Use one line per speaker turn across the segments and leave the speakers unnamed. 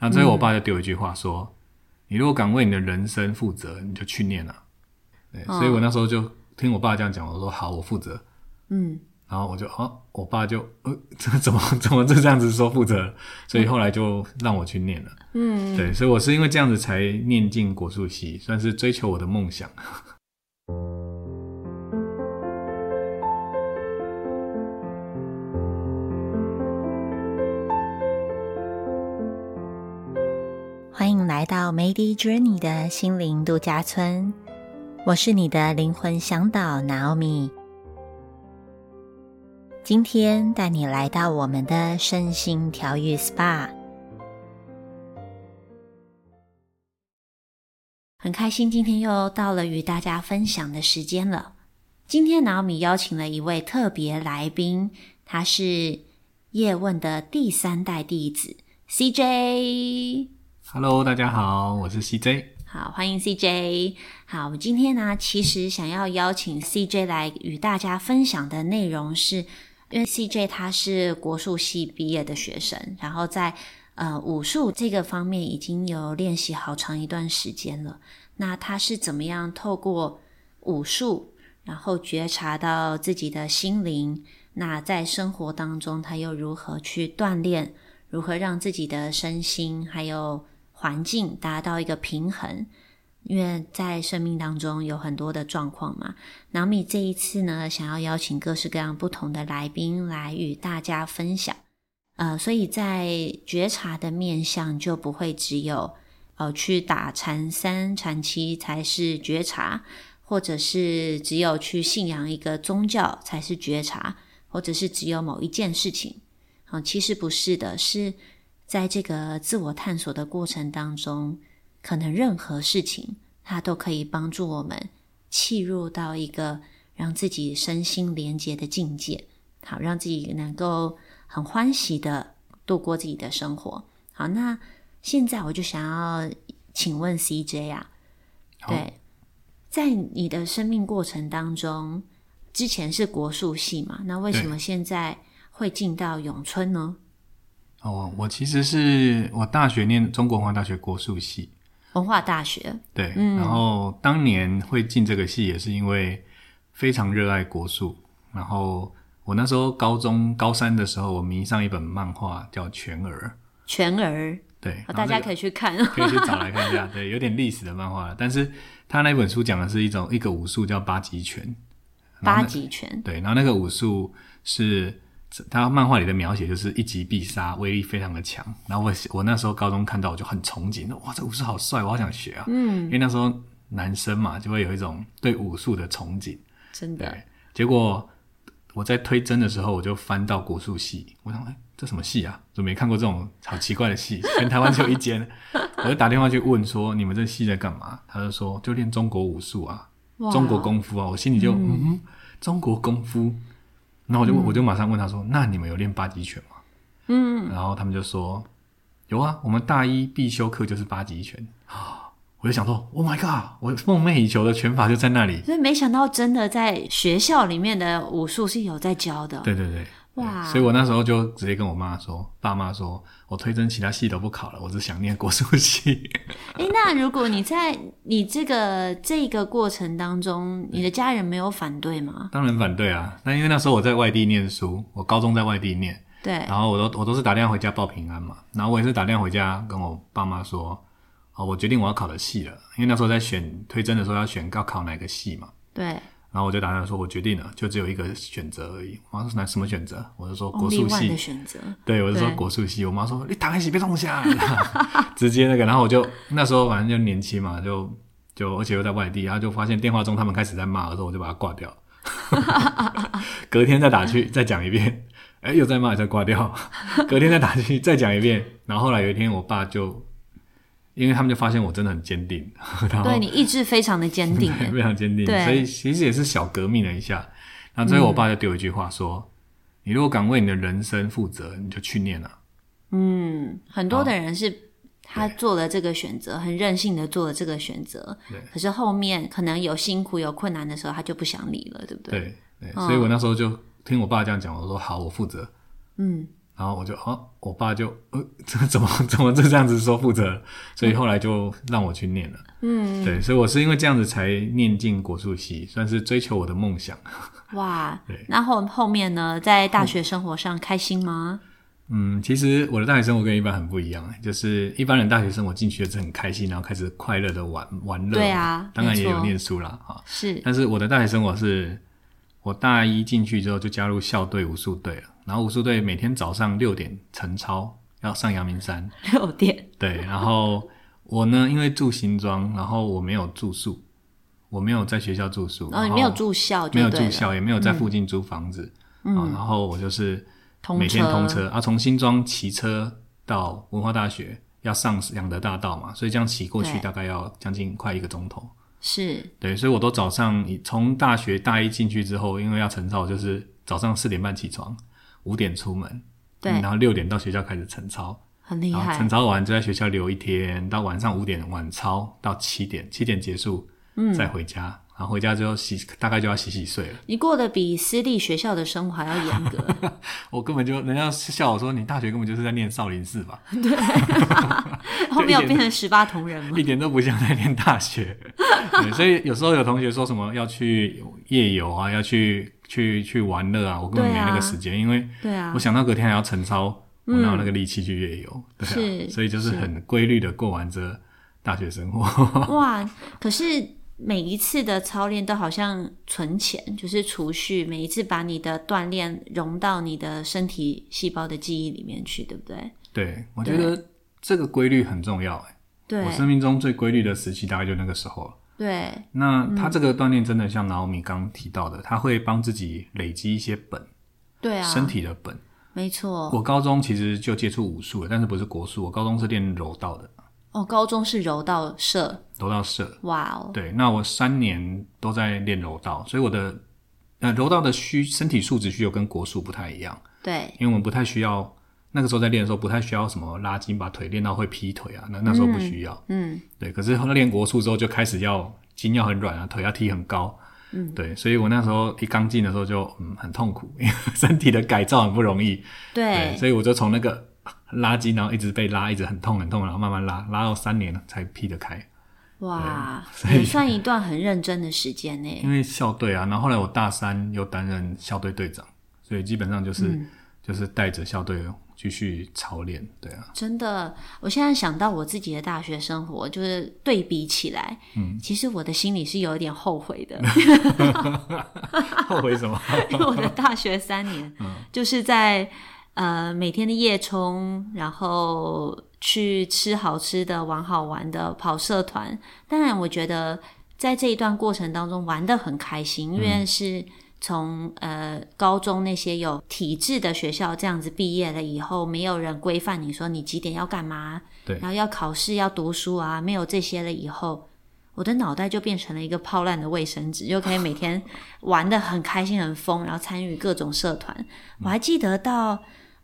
那最后我爸就丢一句话说：“你如果敢为你的人生负责，你就去念啊。”对，所以我那时候就听我爸这样讲，我说：“好，我负责。”
嗯，
然后我就啊，我爸就呃， 这怎么怎么就这样子说负责了？所以后来就让我去念了。嗯，对，所以我是因为这样子才念进国术系，算是追求我的梦想。
欢迎来到 Mady Journey 的心灵度假村，我是你的灵魂向导 Naomi。今天带你来到我们的身心调愈 SPA，很开心今天又到了与大家分享的时间了。今天 Naomi 邀请了一位特别来宾，他是叶问的第三代弟子 CJ。
Hello，大家好，我是 CJ。
好，欢迎 CJ。好，我们今天呢，其实想要邀请 CJ 来与大家分享的内容是，因为 CJ 他是国术系毕业的学生，然后在呃武术这个方面已经有练习好长一段时间了。那他是怎么样透过武术，然后觉察到自己的心灵？那在生活当中，他又如何去锻炼？如何让自己的身心还有环境达到一个平衡？因为在生命当中有很多的状况嘛。南米这一次呢，想要邀请各式各样不同的来宾来与大家分享。呃，所以在觉察的面向就不会只有呃去打禅三、禅七才是觉察，或者是只有去信仰一个宗教才是觉察，或者是只有某一件事情。啊，其实不是的，是在这个自我探索的过程当中，可能任何事情它都可以帮助我们契入到一个让自己身心连接的境界，好，让自己能够很欢喜的度过自己的生活。好，那现在我就想要请问 CJ 啊，
好
对，在你的生命过程当中，之前是国术系嘛，那为什
对
么现在会进到咏春呢？
哦，我其实是我大学念中国文化大学国术系，
文化大学，
对，
嗯
然后当年会进这个系也是因为非常热爱国术，然后我那时候高中高三的时候，我迷上一本漫画叫《全儿》，
全儿，
对，
哦大家可
以
以去看。
可以去找来看一下，对，有点历史的漫画了，但是他那本书讲的是一种一个武术叫八极拳，
八极拳，
对，然后那个武术是他漫画里的描写，就是一击必杀，威力非常的强。然后我我那时候高中看到我就很憧憬，哇，这武术好帅，我好想学啊！嗯，因为那时候男生嘛，就会有一种对武术的憧憬。
真的
对，结果我在推甄的时候，我就翻到国术系，我想，哎、这什么系啊？怎么没看过这种好奇怪的系？全台湾只有一 间。我就打电话去问说，你们这系在干嘛？他就说，就练中国武术啊，
哇
中国功夫啊。我心里就，嗯中国功夫。然后我就、我就马上问他说，那你们有练八极拳吗？嗯，然后他们就说，有啊，我们大一必修课就是八极拳。 我就想说，Oh my god！我梦寐以求的拳法就在那里。
所以没想到真的在学校里面的武术是有在教的。
对对对，
哇
对所以我那时候就直接跟我妈说，爸妈说，我推甄其他系都不考了，我只想念国术系。
诶，那如果你在你这个这个过程当中，你的家人没有反对吗？
当然反对啊，那因为那时候我在外地念书，我高中在外地念，
对，
然后我都我都是打电话回家报平安嘛，然后我也是打电话回家跟我爸妈说，哦，我决定我要考的系了，因为那时候在选推甄的时候要选要考哪个系嘛。
对，
然后我就打电话说，我决定了，就只有一个选择而已。我妈说那什么选择？我就说国
only
术
one
系
哦的选择，
对，我就说
对
国术系，我妈说你打开洗被弄下， 直接那个，然后我就那时候反正就年轻嘛，就就而且又在外地，然后就发现电话中他们开始在骂的时候，我就把它挂 掉，隔天再打去再讲一遍，哎、又在骂再挂掉，隔天再打去再讲一遍，然后后来有一天我爸就，因为他们就发现我真的很坚定，然后
对你意志非常的坚定。
对，非常坚定，
对
所以其实也是小革命了一下。然后最后我爸就丢一句话说：“你如果敢为你的人生负责，你就去念啊。
嗯，很多的人是他做了这个选择，很任性的做了这个选择
对，
可是后面可能有辛苦有困难的时候，他就不想理了，对不对？
对对，所以我那时候就听我爸这样讲，我说好，我负责。
嗯，
然后我就啊，我爸就呃，这怎么怎么就这样子说负责？所以后来就让我去念了。嗯，对，所以我是因为这样子才念进国术系，算是追求我的梦想。
哇
对，
那后后面呢，在大学生活上开心吗？
嗯，其实我的大学生活跟一般很不一样，就是一般人大学生活进去是很开心，然后开始快乐的玩玩乐。
对啊
当然也
没
有
错
念书啦啊。
是
但是我的大学生活是，我大一进去之后就加入校队武术队了，然后武术队每天早上六点晨操要上阳明山，
六点，
对，然后我呢因为住新庄，然后我没有住宿，我没有在学校住宿，
然哦后你
后
没有住校
没
就对
有住
了，嗯
校，也没有在附近租房子，啊然后我就是
通
每天
车
通车啊，从新庄骑车到文化大学。要上养德大道嘛，所以这样骑过去
对
大概要将近快一个钟头。
是
对，所以我都早上从大学大一进去之后，因为要晨操，就是早上四点半起床，五点出门，
对
嗯然后六点到学校开始晨操，
很厉
然后
害
晨，操完就在学校留一天，到晚上五点晚操到七点，七点结束，嗯，再回家，然后回家之后洗，大概就要洗洗睡了。
你过得比私立学校的生活还要 严格，
我根本就人家笑我说你大学根本就是在念少林寺吧，
后面有变成十八同人吗
一？点都不像在念大学。 对，所以有时候有同学说什么要去夜游啊，要去去去玩乐啊，我根本没
对啊
那个时间，因为。
对啊嗯
我，想到隔天还要晨操，我哪有那个力气去夜游？对
是
啊，所以就是很规律的过完这大学生活。
哇，可是。每一次的操练都好像存钱，就是储蓄。每一次把你的锻炼融到你的身体细胞的记忆里面去，对不对？
对，我觉得这个规律很重要、欸。
对
我生命中最规律的时期大概就那个时候了。
对，
那
嗯
他这个锻炼真的像老米刚提到的，他会帮自己累积一些本，
对啊，
身体的本。
没错。
我高中其实就接触武术了，但是不是国术，我高中是练柔道的，
哦，高中是柔道社，
柔道社。
哇哦，
对，那我三年都在练柔道，所以我的呃柔道的需身体素质需求跟国术不太一样。
对，
因为我们不太需要那个时候在练的时候不太需要什么拉筋把腿练到会劈腿啊，那那时候不需要。
嗯，
对，可是后来练国术之后就开始要筋要很软啊，腿要踢很高。嗯，对，所以我那时候一刚进的时候就嗯很痛苦， 因为身体的改造很不容易。
对，
所以我就从那个拉筋，然后一直被拉，一直很痛很痛，然后慢慢拉，拉到三年才劈得开。
哇，
所以
也算一段很认真的时间
因
呢。
为校队啊，然后后来我大三又担任校队队长，所以基本上就是、
嗯
就是带着校队继续操练。对啊，
真的，我现在想到我自己的大学生活，就是对比起来，嗯，其实我的心里是有一点后悔的，
后悔什么？
因为我的大学三年，就是在呃每天的夜冲，然后去吃好吃的、玩好玩的、跑社团。当然，我觉得在这一段过程当中玩的很开心，因为是从呃高中那些有体制的学校这样子毕业了以后，没有人规范你说你几点要干嘛，
对
然后要考试要读书啊，没有这些了以后。我的脑袋就变成了一个泡烂的卫生纸，就可以每天玩的很开心、很疯，然后参与各种社团。我还记得到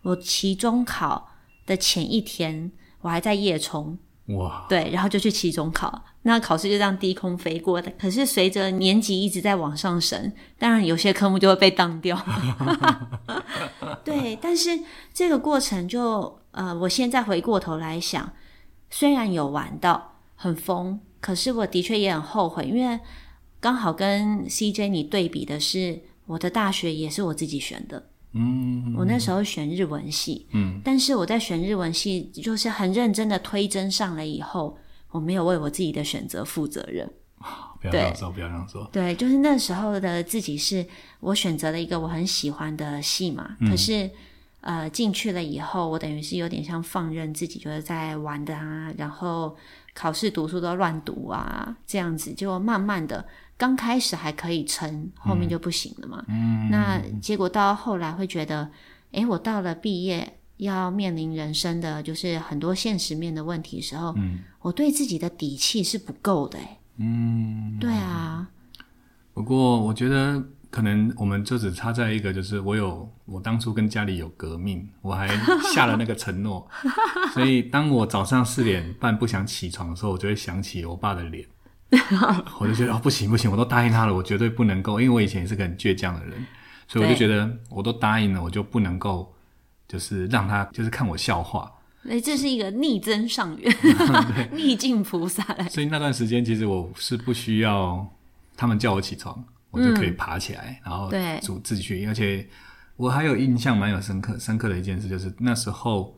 我期中考的前一天，我还在夜冲，
哇，
对，然后就去期中考，那考试就这样低空飞过的。可是随着年级一直在往上升，当然有些科目就会被当掉。 对，但是这个过程就呃，我现在回过头来想，虽然有玩到很疯，可是我的确也很后悔，因为刚好跟 CJ 你对比的是，我的大学也是我自己选的。
嗯，
我那时候选日文系，嗯，但是我在选日文系就是很认真的推甄上了以后，我没有为我自己的选择负责任。
不要这样说，不要这样说。
对，就是那时候的自己是我选择了一个我很喜欢的系嘛，可是呃进去了以后，我等于是有点像放任自己，就是在玩的啊，然后考试读书都乱读啊，这样子，结果慢慢的刚开始还可以撑，后面就不行了嘛。嗯、那结果到后来会觉得，诶，我到了毕业。要面临人生的就是很多现实面的问题的时候，嗯、我对自己的底气是不够的、诶
嗯，
对啊，
不过我觉得可能我们就只差在一个，就是我有我当初跟家里有革命，我还下了那个承诺，所以当我早上四点半不想起床的时候，我就会想起我爸的脸。我就觉得哦，不行不行，我都答应他了，我绝对不能够，因为我以前也是个很倔强的人，所以我就
对
觉得我都答应了，我就不能够就是让他就是看我笑话。
哎，这是一个逆增上 缘， 逆境菩萨来。
所以那段时间其实我是不需要他们叫我起床，我就可以爬起来，然后
对
主自己去。而且我还有印象蛮有深刻深刻的一件事，就是那时候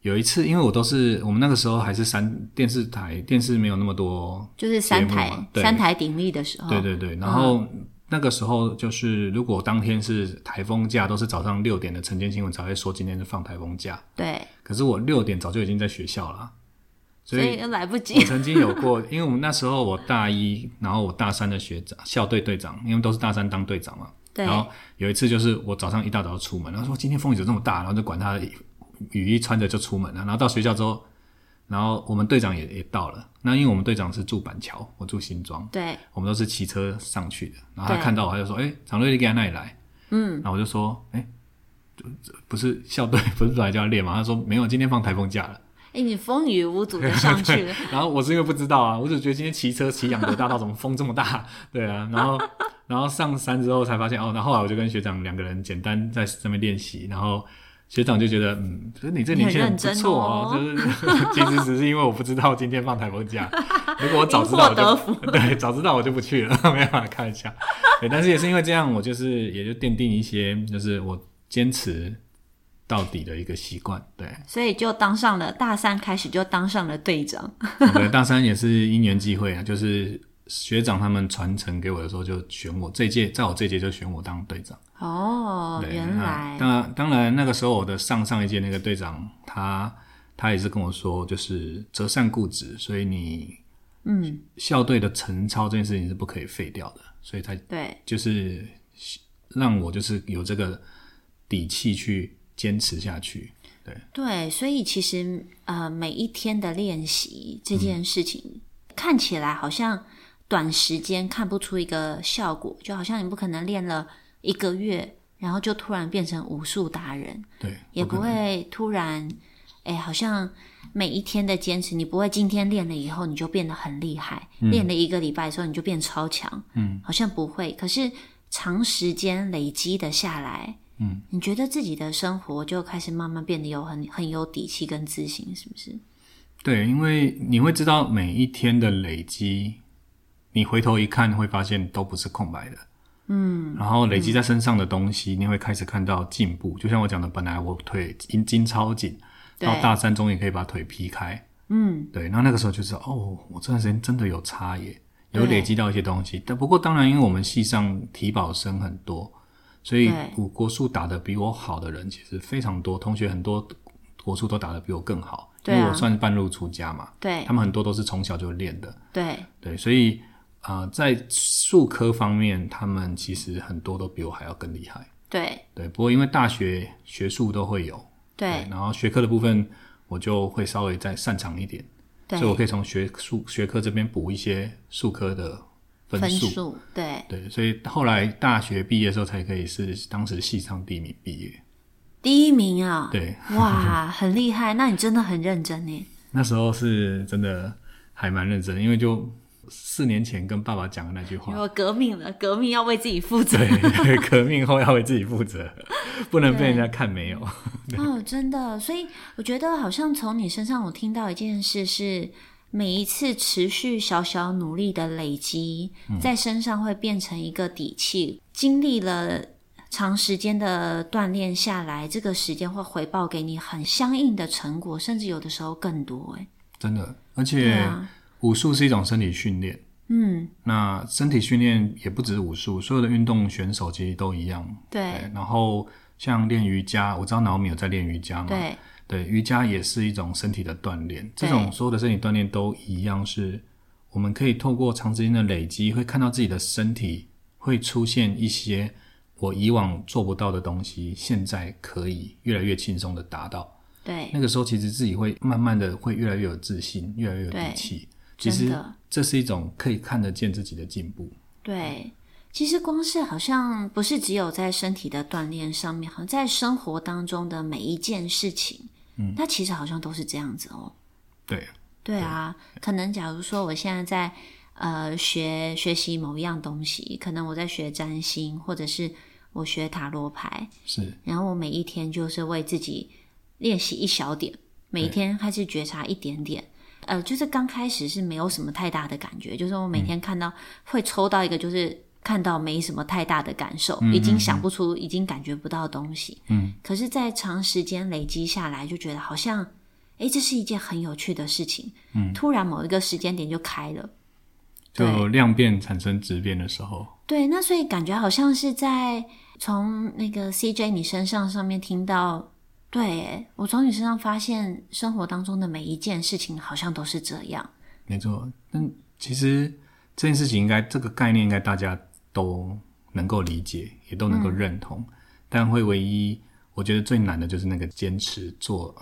有一次，因为我都是我们那个时候还是三电视台，电视没有那么多
就是三
节目
台
嘛对
三台鼎立的时候，
对对对，然后那个时候就是，如果当天是台风假，都是早上六点的晨间新闻才会说今天是放台风假。
对
可是我六点早就已经在学校了，啊所
所以
以嗯
又来不及
我。曾经有过，因为我们那时候我大一，然后我大三的学长校队队长，因为都是大三当队长嘛。
对
然后有一次就是我早上一大早就出门，然后说今天风雨怎么这么大，然后就管他的雨衣穿着就出门了。然后到学校之后，然后我们队长也也到了。那因为我们队长是住板桥，我住新庄。
对
我们都是骑车上去的。然后他
对
看到我，他就说：“哎、常瑞丽给他那里来。”嗯，然后我就说：“哎、这这不是校队， 不是本来就要练吗？”他说：“没有，今天放台风假了。
哎，你风雨无阻的上去了，”
然后我是因为不知道啊，我只觉得今天骑车骑养德大道怎么风这么大？ 对啊，然后然后上山之后才发现哦，然后后来我就跟学长两个人简单在上面练习，然后。学长就觉得，嗯，就是你这
你
年
很
轻人
认
不
真
错
哦
就是 其实只是因为我不知道今天放台风 假，如果我早
因
知道
祸
我
得
就
福。
对，早知道我就不去了，没办法看一 下。对，但是也是因为这样，我就是也就奠定一些就是我坚持到底的一个习惯。对，
所以就当上了大三，开始就当上了队长。
我的大三也是因缘际会啊，就是学长他们传承给我的时候，就选我这一届，在我这一届就选我当队长。
哦，
对，
原
那
来
当然，当然那个时候我的上上一届那个队长，他他也是跟我说，就是择善固执，所以你嗯，校队的晨操这件事情是不可以废掉的，所以他
对
就是让我就是有这个底气去坚持下去。对，
对，所以其实呃，每一天的练习这件事情、看起来好像短时间看不出一个效果，就好像你不可能练了一个月，然后就突然变成武术达人，
对，
也
可
不
能
会突然哎，好像每一天的坚持，你不会今天练了以后你就变得很厉害，
嗯
练了一个礼拜之后你就变超强，嗯，好像不会，可是长时间累积的下来，
嗯
你觉得自己的生活就开始慢慢变得有很很有底气跟自信，是不是？
对，因为你会知道每一天的累积，你回头一看会发现都不是空白的。嗯，然后累积在身上的东西，你会开始看到进步。就像我讲的，本来我腿筋筋超紧，
对
到大三终于可以把腿劈开。嗯，对，然后那个时候就是哦，我这段时间真的有差耶，有
对
累积到一些东西。但不过当然，因为我们系上体保生很多，所以
对
我国术打得比我好的人其实非常多，同学很多国术都打得比我更好，
对啊
因为我算是半路出家嘛。
对
他们很多都是从小就练的，
对
对，所以啊，呃在术科方面，他们其实很多都比我还要更厉害。
对
对，不过因为大学学术都会有，
对
然后学科的部分我就会稍微再擅长一点，
对，
所以我可以从学术学科这边补一些术科的分
分
数。
数对
对，所以后来大学毕业的时候才可以是当时系上第一名毕业。
第一名啊，
对，
哇，很厉害，那你真的很认真耶。
那时候是真的还蛮认真的，因为就四年前跟爸爸讲的那句话
因，为革命了，革命要为自己负责
对， 革命后要为自己负责， 不能被人家看没有。嗯
哦，真的。所以我觉得好像从你身上我听到一件事是，每一次持续小小努力的累积，
嗯
在身上会变成一个底气。经历了长时间的锻炼下来，这个时间会回报给你很相应的成果，甚至有的时候更多。哎，
真的，而
对
且
啊，
武术是一种身体训练，
嗯，
那身体训练也不止武术，所有的运动选手其实都一样。
对
然后像练瑜伽，我知道脑米有在练瑜伽嘛？
对
对，瑜伽也是一种身体的锻炼，这
对
种所有的身体锻炼都一样是，我们可以透过长时间的累积，会看到自己的身体会出现一些我以往做不到的东西，现在可以越来越轻松的达到。
对
那个时候，其实自己会慢慢的会越来越有自信，越来越有
对
底气。其
真
实
的
这是一种可以看得见自己的进步。
对。其实光是好像不是只有在身体的锻炼上面，好像在生活当中的每一件事情，嗯，它其实好像都是这样子哦。
对，
对啊，可能假如说我现在在呃学学习某一样东西，可能我在学占星，或者是我学塔罗牌，
是
然后我每一天就是为自己练习一小点，每一天开始觉察一点点。呃，就是刚开始是没有什么太大的感觉，就是我每天看到、会抽到一个，就是看到没什么太大的感受，已经想不出，已经感觉不到东西。嗯，可是，在长时间累积下来，就觉得好像，诶，这是一件很有趣的事情。嗯，突然某一个时间点就开了。
就量变产生质变的时候，
对，那所以感觉好像是在从那个 CJ 你身上上面听到，对耶我从你身上发现生活当中的每一件事情好像都是这样。
没错。但其实这件事情应该这个概念应该大家都能够理解，也都能够认同。但会唯一我觉得最难的就是那个坚持做，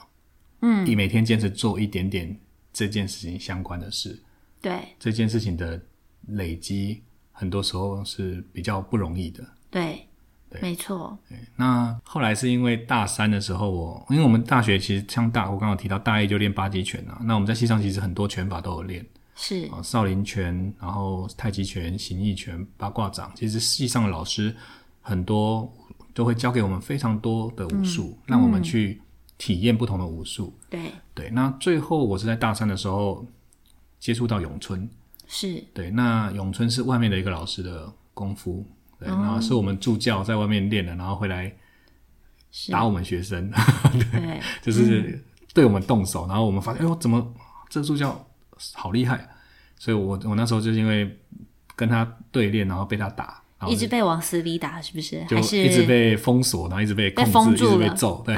嗯，你每天坚持做一点点这件事情相关的事，
对
这件事情的累积，很多时候是比较不容易的。
对，没错，
那后来是因为大三的时候我，因为我们大学其实像大，我刚刚有提到大一就练八极拳啊，那我们在系上其实很多拳法都有练
是
啊，呃少林拳，然后太极拳、形意拳、八卦掌，其实系上的老师很多都会教给我们非常多的武术，让我们去体验不同的武术。
对
对，那最后我是在大三的时候接触到咏春，
是
对，那咏春是外面的一个老师的功夫，对，然后是我们助教在外面练的，然后回来
是，
打我们学生，
对嗯
就是对我们动手，然后我们发现，哎呦，怎么这助教好厉害？啊所以我我那时候就是因为跟他对练，然后被他打，然后
一直被往死里打，是不是？
就
还是
一直被封锁，然后一直被控
被封
制，
住
一直
了啊
被揍，对，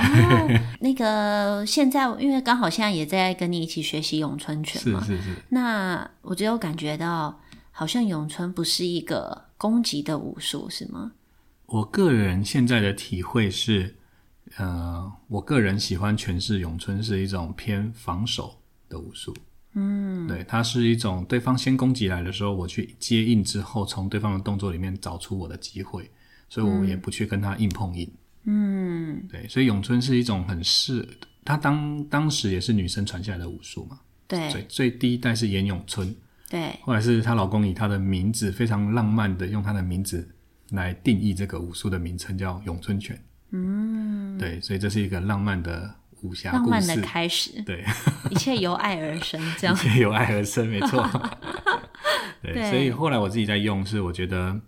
那个现在，因为刚好现在也在跟你一起学习咏春 拳
是
嘛，
是是，
那我只有感觉到，好像咏春不是一个攻击的武术，是吗？
我个人现在的体会是，呃，我个人喜欢诠释咏春是一种偏防守的武术。嗯，对，它是一种对方先攻击来的时候，我去接应之后，从对方的动作里面找出我的机会，所以我也不去跟他硬碰硬。嗯，对，所以咏春是一种很适，它当当时也是女生传下来的武术嘛。所以
对
最第一代是严咏春，
对，
后来是她老公以她的名字非常浪漫的用她的名字来定义这个武术的名称，叫咏春拳。嗯，对，所以这是一个浪漫的武侠
浪
故
漫的
事，嗯
开始，
对，
一切由爱而生，这样
由爱而生，没 错。对，
对
所以后来我自己在用，是我觉得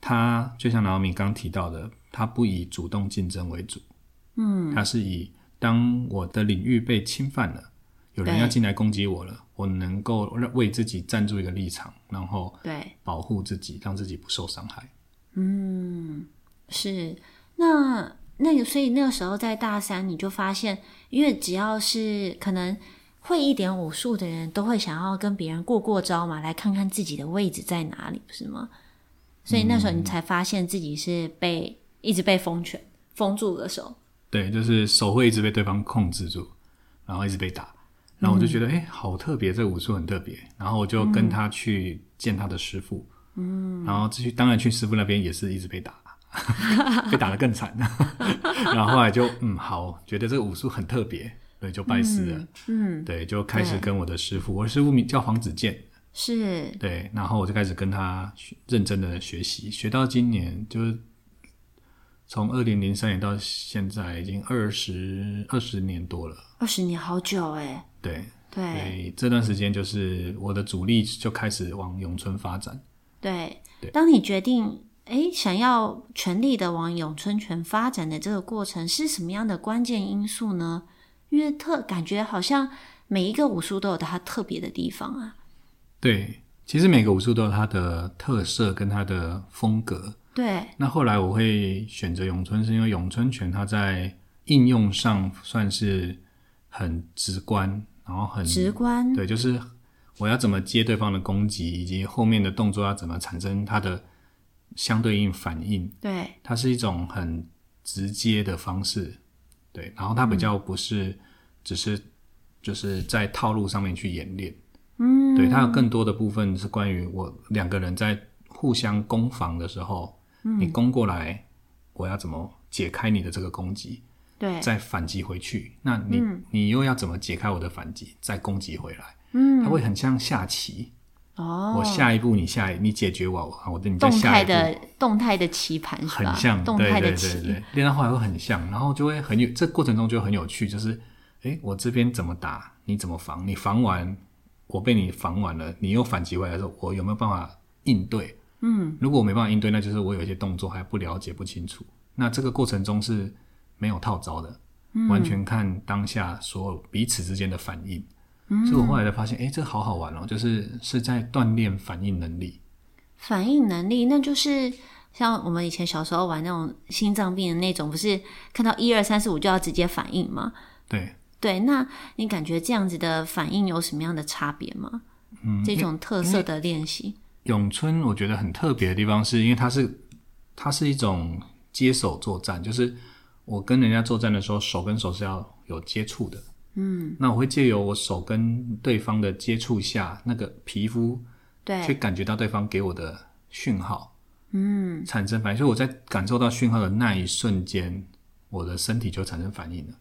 它就像老米刚提到的，它不以主动竞争为主，嗯，它是以当我的领域被侵犯了，有人
对
要进来攻击我了，我能够让为自己站住一个立场，然后。
对，
保护自己，让自己不受伤害。
是那那个，所以那个时候在大三，你就发现，因为只要是可能会一点武术的人，都会想要跟别人过过招嘛，来看看自己的位置在哪里，不是吗？所以那时候
嗯
你才发现自己是被、一直被封拳封住了手，
对，就是手会一直被对方控制住，然后一直被打。然后我就觉得，哎、好特别，这个武术很特别。然后我就跟他去见他的师傅，嗯，然后去当然去师傅那边也是一直被打， 被打得更惨。 然后后来就嗯，好，觉得这个武术很特别，对，就拜师了。嗯，对，就开始跟我的师傅，我的师傅名叫黄子健，
是
对，然后我就开始跟他学认真的学习，学到今年就是从二零零三年到现在，已经二十二十年多了。
二十年，好久哎、
对，所
对
以这段时间就是我的主力就开始往咏春发展。
对
对，
当你决定哎想要全力的往咏春拳发展的这个过程，是什么样的关键因素呢？因为特感觉好像每一个武术都有它特别的地方啊。
对，其实每个武术都有它的特色跟它的风格。
对
那后来我会选择咏春，是因为咏春拳它在应用上算是很直观，然后很
直观，
对，就是我要怎么接对方的攻击，以及后面的动作要怎么产生它的相对应反应，
对
它是一种很直接的方式。对，然后它比较不是只是就是在套路上面去演练，嗯，对，它有更多的部分是关于我两个人在互相攻防的时候，你攻过来，我要怎么解开你的这个攻击，
对
再反击回去，那你、
嗯
你又要怎么解开我的反击，再攻击回来？
嗯，
它会很像下棋，
哦，
我下一步你下一你解决我，我你再
动
嗯下
态
一步。
的动态的棋盘是吧？
很像，
动
对
态
对
的
对
棋
对，练到后来会很像，然后就会很有，这过程中就很有趣，就是，诶，我这边怎么打，你怎么防，你防完，我被你防完了，你又反击回来的时候，我有没有办法应对？嗯，如果我没办法应对，那就是我有一些动作还不了解不清楚，那这个过程中是没有套招的，
嗯
完全看当下所有彼此之间的反应。
嗯
所以我后来才发现，诶，这好好玩哦，就是是在锻炼反应能力。
反应能力，那就是像我们以前小时候玩那种心脏病的那种，不是看到一二三四五就要直接反应吗？
对，
对，那你感觉这样子的反应有什么样的差别吗？嗯，这种特色的练习，
咏春我觉得很特别的地方，是因为它是它是一种接手作战，就是我跟人家作战的时候，手跟手是要有接触的。嗯，那我会借由我手跟对方的接触下，那个皮肤去
对，
感觉到对方给我的讯号，嗯，产生反应。所以我在感受到讯号的那一瞬间，我的身体就产生反应了。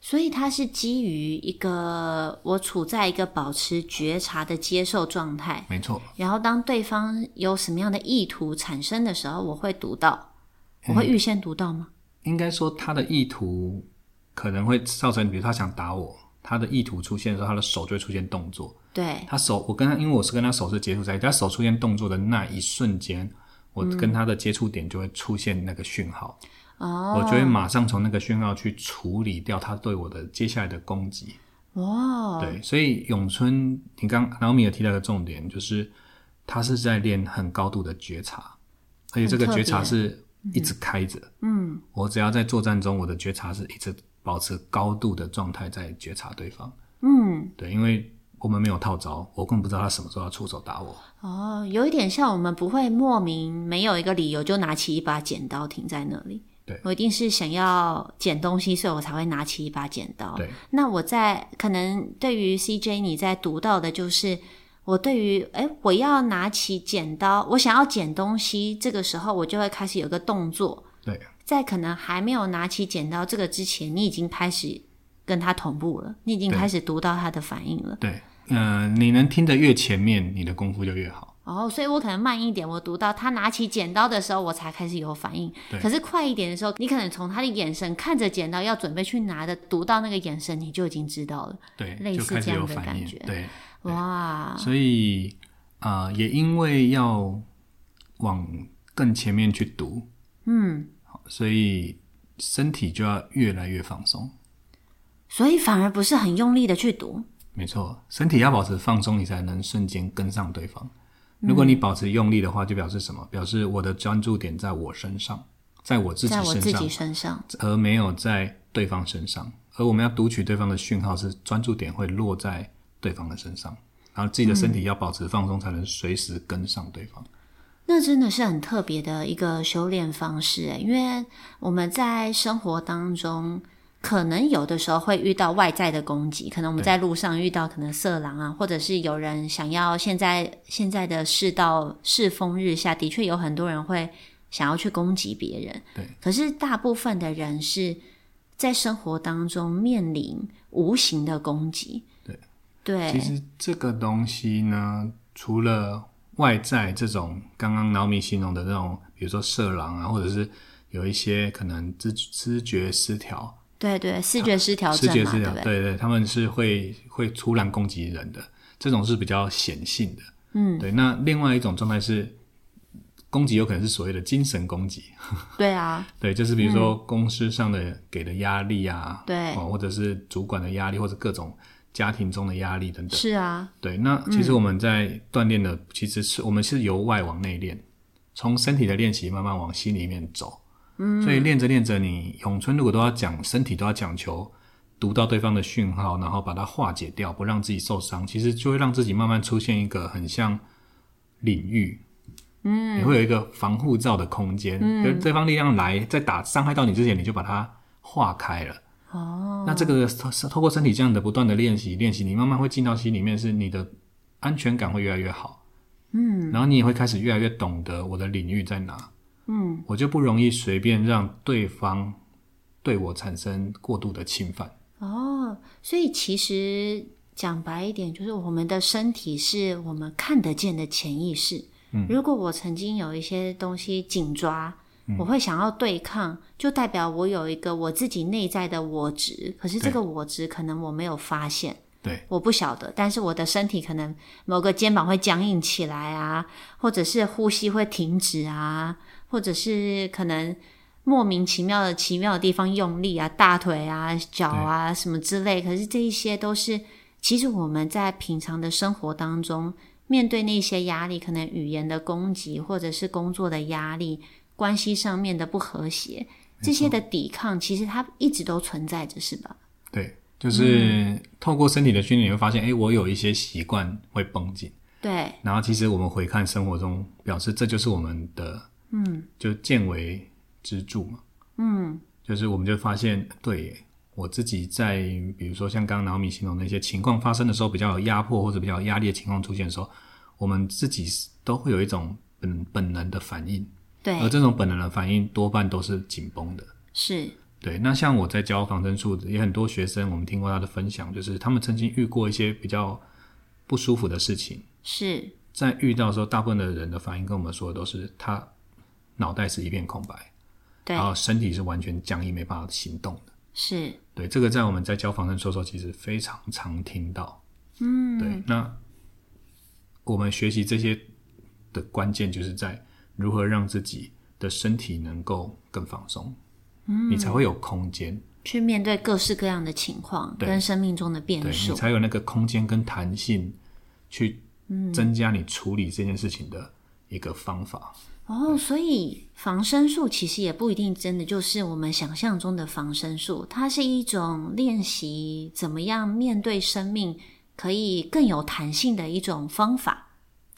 所以它是基于一个我处在一个保持觉察的接受状态，
没错，
然后当对方有什么样的意图产生的时候，我会读到，我会预先读到吗？
应该说他的意图可能会造成，比如他想打我，他的意图出现的时候，他的手就会出现动作。
对，
他手，我跟他，因为我是跟他手是接触在一起，他手出现动作的那一瞬间，我跟他的接触点就会出现那个讯号，
哦，
我就会马上从那个讯号去处理掉他对我的接下来的攻击。
哇，
对，所以咏春，你刚然后米有提到的重点就是，他是在练很高度的觉察，而且这个
很
觉
特别嗯
察是一直开着。嗯，我只要在作战中，我的觉察是一直保持高度的状态，在觉察对方。
嗯，
对，因为我们没有套招，我更不知道他什么时候要出手打我。
哦，有一点像我们不会莫名没有一个理由就拿起一把剪刀停在那里。
对
我一定是想要剪东西，所以我才会拿起一把剪刀。
对，
那我在可能对于 CJ 你在读到的就是。我对于诶，我要拿起剪刀，我想要剪东西，这个时候我就会开始有一个动作，
对，
在可能还没有拿起剪刀这个之前，你已经开始跟他同步了，你已经
对
开始读到他的反应了。
对，嗯，你能听得越前面，你的功夫就越好。
哦，所以我可能慢一点，我读到他拿起剪刀的时候，我才开始有反应
对。
可是快一点的时候，你可能从他的眼神看着剪刀要准备去拿的，读到那个眼神，你就已经知道了。
对，
类
就
似
开始
这样
有
的
反
感
应
觉。
对，
哇，
所以啊、呃也因为要往更前面去读，
嗯，
好所以身体就要越来越放松。
所以反而不是很用力的去读。
没错，身体要保持放松，你才能瞬间跟上对方。如果你保持用力的话，就表示什么？表示我的专注点在我身上，在我自己
在我
身
自
上
己，身上，
而没有在对方身上。而我们要读取对方的讯号，是专注点会落在对方的身上，然后自己的身体要保持放松，才能随时跟上对方。
那真的是很特别的一个修炼方式欸诶，因为我们在生活当中，可能有的时候会遇到外在的攻击，可能我们在路上遇到可能色狼啊，或者是有人想要现在现在的世道世风日下，的确有很多人会想要去攻击别人。
对，
可是大部分的人是在生活当中面临无形的攻击。
对，
对，
其实这个东西呢，除了外在这种刚刚老米形容的那种，比如说色狼啊，或者是有一些可能知知觉失调、
对对，视觉失调
视
症
觉
嘛，
失
对不
调，
啊对？
对对，他们是会会突然攻击人的，这种是比较显性的。嗯，对。那另外一种状态是攻击，有可能是所谓的精神攻击，
对啊，
对，就是比如说公司上的给的压力啊，
对
哦，或者是主管的压力，或者各种家庭中的压力等等。
是啊，
对，那其实我们在锻炼的，其实是我们是由外往内练，从身体的练习慢慢往心里面走。嗯，所以练着练着你，咏春如果都要讲身体，都要讲求读到对方的讯号，然后把它化解掉，不让自己受伤，其实就会让自己慢慢出现一个很像领域。嗯，你嗯会有一个防护罩的空间，就是对方力量来在打伤害到你之前，你就把它化开了。那这个透透过身体这样的不断的练习练习，你慢慢会进到心里面，是你的安全感会越来越好。嗯，然后你也会开始越来越懂得我的领域在哪。嗯，我就不容易随便让对方对我产生过度的侵犯。
哦，所以其实讲白一点，就是我们的身体是我们看得见的潜意识。嗯，如果我曾经有一些东西紧抓，
嗯
我会想要对抗，就代表我有一个我自己内在的我值。可是这个我值可能我没有发现，
对，
我不晓得。但是我的身体可能某个肩膀会僵硬起来啊，或者是呼吸会停止啊，或者是可能莫名其妙的奇妙的地方用力啊，大腿啊、脚啊什么之类。可是这一些都是，其实我们在平常的生活当中，面对那些压力，可能语言的攻击，或者是工作的压力，关系上面的不和谐，这些的抵抗，其实它一直都存在着，是吧？
对，就是透过身体的训练，你会发现，哎、我有一些习惯会绷紧。
对，
然后其实我们回看生活中，表示这就是我们的，嗯，就见微知著嘛，嗯，就是我们就发现，对耶，我自己在比如说像刚刚老米形容的一些情况发生的时候，比较有压迫或者比较有压力的情况出现的时候，我们自己是都会有一种本本能的反应，
对，
而这种本能的反应多半都是紧绷的。
是，
对，那像我在教防身术，也很多学生，我们听过他的分享，就是他们曾经遇过一些比较不舒服的事情，
是，
在遇到的时候，大部分的人的反应跟我们说的都是他脑袋是一片空白，
对
然，后身体是完全僵硬，没办法行动的。
是，
对，这个在我们在教防身术的时候，其实非常常听到。嗯，对。那我们学习这些的关键，就是在如何让自己的身体能够更放松，嗯、你才会有空间，
去面对各式各样的情况
对
跟生命中的
对
变
你
数。
才有那个空间跟弹性，去增加你处理这件事情的一个方法。
哦，所以防身术其实也不一定真的就是我们想象中的防身术，它是一种练习怎么样面对生命可以更有弹性的一种方法。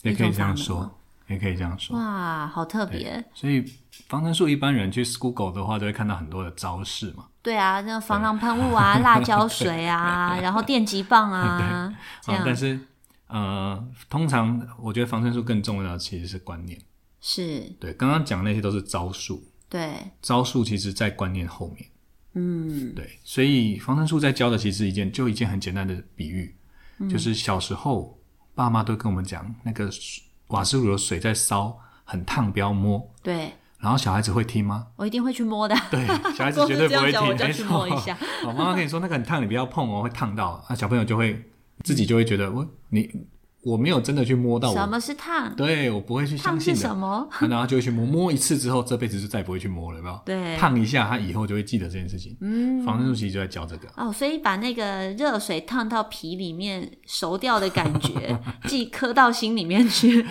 也可以
一种
这样
法门吗
说，也可以这样说。
哇，好特别！
所以防身术一般人去 Google 的话，都会看到很多的招式嘛。
对啊，那防狼喷雾啊、辣椒水啊，然后电击 棒啊，这
啊，
样
但是呃，通常我觉得防身术更重要的其实是观念。
是
对，刚刚讲那些都是招数，
对，
招数其实在观念后面。
嗯，
对，所以防身术在教的其实一件就一件很简单的比喻，
嗯
就是小时候爸妈都跟我们讲，那个水瓦斯炉的水在烧，很烫，不要摸。
对
然后小孩子会听吗？
我一定会去摸的。
对， 小孩子
光
绝
是
对
这
不
样
会
讲我
听，
就
没
去
错。
摸 一下
我妈妈跟你说那个很烫，你不要碰哦，会烫到。啊，小朋友就会自己就会觉得我你我没有真的去摸到
什
我，
么是烫？
对我不会去相
烫
信
是
的
什。么？
啊然后就会去摸，摸一次之后，这辈子就再也不会去摸了，有没有？
对
烫一下，他以后就会记得这件事情。嗯，防身术其实就在教这个。
哦，所以把那个热水烫到皮里面熟掉的感 觉，既刻到心里面去，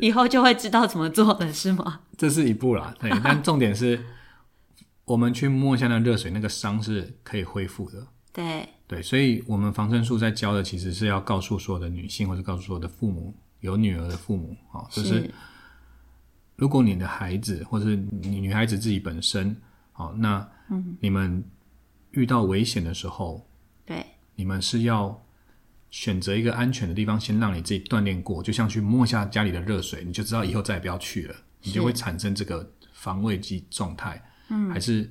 以后就会知道怎么做了，是吗？
这是一步啦，对，但重点是，我们去摸一下那热水，那个伤是可以恢复的。
对，
对，所以我们防身术在教的其实是要告诉所有的女性，或者告诉所有的父母，有女儿的父母啊、哦，就是如果你的孩子或者是你女孩子自己本身，好、哦，那你们遇到危险的时候，
对，
你们是要选择一个安全的地方，先让你自己锻炼过，就像去摸一下家里的热水，你就知道以后再也不要去了，你就会产生这个防卫机状态。嗯，还是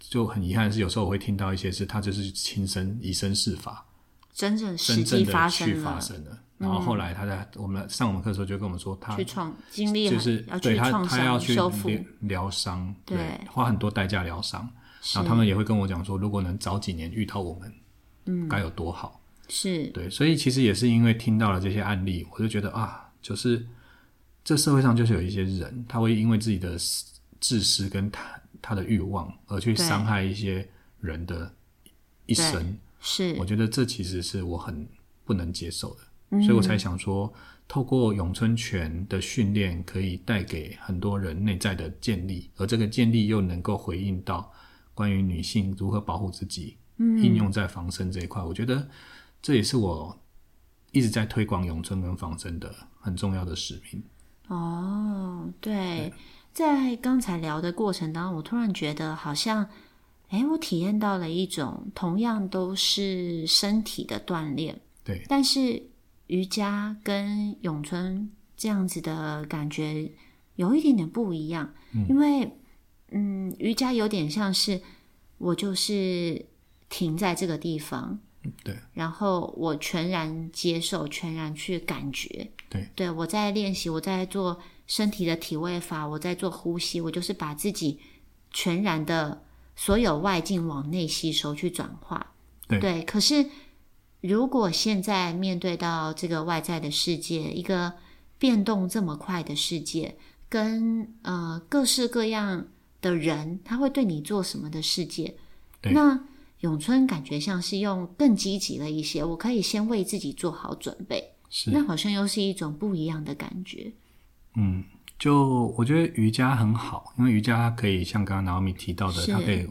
就很遗憾的是，有时候我会听到一些是他就是亲身以身试法，
真正实
真正
际
的
发
去
生
发
了，
生了。然后后来他在我们上我们课的时候就跟我们说，他
去创经历
就
很，
是
要
对
去
他
创
他要
伤
去疗
修复，
疗伤，
对
花很多代价疗伤。
是
然后他们也会跟我讲说，如果能早几年遇到我们，嗯，该有多好。
是
对，所以其实也是因为听到了这些案例，我就觉得啊，就是这社会上就是有一些人，他会因为自己的私自私跟他他的欲望而去
对
伤害一些人的一生。
是
我觉得这其实是我很不能接受的，
嗯
所以我才想说，透过咏春拳的训练，可以带给很多人内在的建立，而这个建立又能够回应到关于女性如何保护自己，
嗯
应用在防身这一块。我觉得这也是我一直在推广咏春跟防身的很重要的使命。
哦，对，在刚才聊的过程当中，我突然觉得好像，哎，我体验到了一种同样都是身体的锻炼，
对，
但是瑜伽跟咏春这样子的感觉有一点点不一样，因为嗯，瑜伽有点像是我就是停在这个地方，
对
然后我全然接受，全然去感觉。
对，
对我在练习，我在做身体的体位法，我在做呼吸，我就是把自己全然的所有外境往内吸收去转化。
对
可是如果现在面对到这个外在的世界，一个变动这么快的世界，跟呃各式各样的人，他会对你做什么的世界？
对
那咏春感觉像是用更积极了一些，我可以先为自己做好准备，
是。
那好像又是一种不一样的感觉。
嗯，就我觉得瑜伽很好，因为瑜伽它可以像刚刚 Naomi 提到的，
是
它可以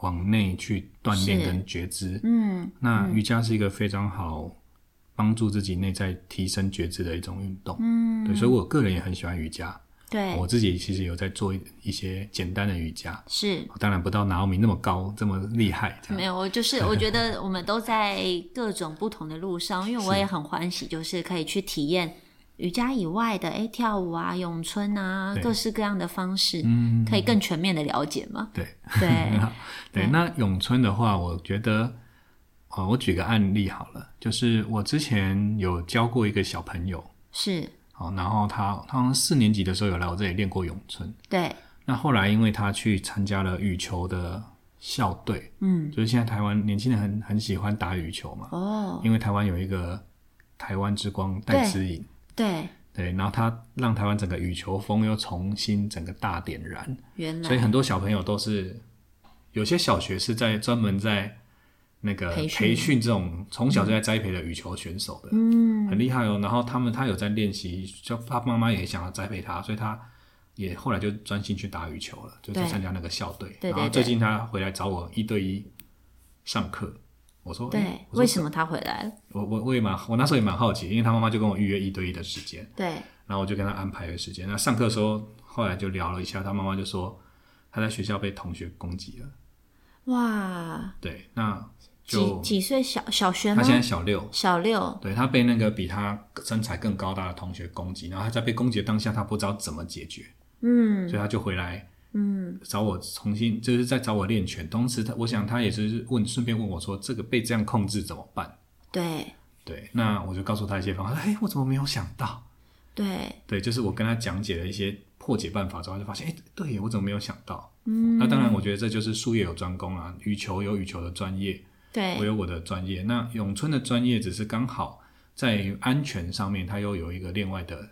往内去锻炼
是
跟觉知。
嗯，
那瑜伽是一个非常好帮助自己内在提升觉知的一种运动。嗯，对，所以我个人也很喜欢瑜伽。
对，
我自己其实有在做一一些简单的瑜伽，哦
是。
当然不到 Naomi 那么高这么厉害这样。
没有，我就是我觉得我们都在各种不同的路上，因为我也很欢喜，就是可以去体验瑜伽以外的，哎，跳舞啊、咏春啊，
对
各式各样的方式，
嗯，
可以更全面的了解 嘛。
对。
对，
对，那咏春的话，我觉得，啊、我举个案例好了，就是我之前有教过一个小朋友，
是，
好，然后他他好像四年级的时候有来我这里练过咏春，
对，
那后来因为他去参加了羽球的校队，
嗯，
就是现在台湾年轻人很很喜欢打羽球嘛，
哦，
因为台湾有一个台湾之光戴资颖。
对，
对，然后他让台湾整个羽球风又重新整个大点燃，
原来
所以很多小朋友都是，有些小学是在专门在那个
培训
培训这种从小就在栽培的羽球选手的，嗯，很厉害哦。然后他们他有在练习，就他妈妈也想要栽培他，所以他也后来就专心去打羽球了，就去
对
参加那个校队。
对对
然后
对
最近他回来找我一对一上课，我说
对
诶，我
为
说
什么他回来了？
我我我也蛮我那时候也蛮好奇，因为他妈妈就跟我预约一对一的时间。
对，
然后我就跟他安排了时间。那上课的时候，后来就聊了一下，他妈妈就说他在学校被同学攻击了。
哇，
对，那
几
就
几岁小小学
他
吗？
现在小六，
小六，
对他被那个比他身材更高大的同学攻击，然后他在被攻击的当下，他不知道怎么解决，
嗯
所以他就回来
嗯，
找我重新，就是在找我练拳。同时他，我想他也是问，顺便问我说，这个被这样控制怎么办？
对
对，那我就告诉他一些方法。哎，我怎么没有想到？
对，
对，就是我跟他讲解了一些破解办法之后，他就发现，哎，对耶我怎么没有想到？嗯，那当然，我觉得这就是术业有专攻啊，羽球有羽球的专业，我
对，
有我的专业。那咏春的专业只是刚好在安全上面，它又有一个另外的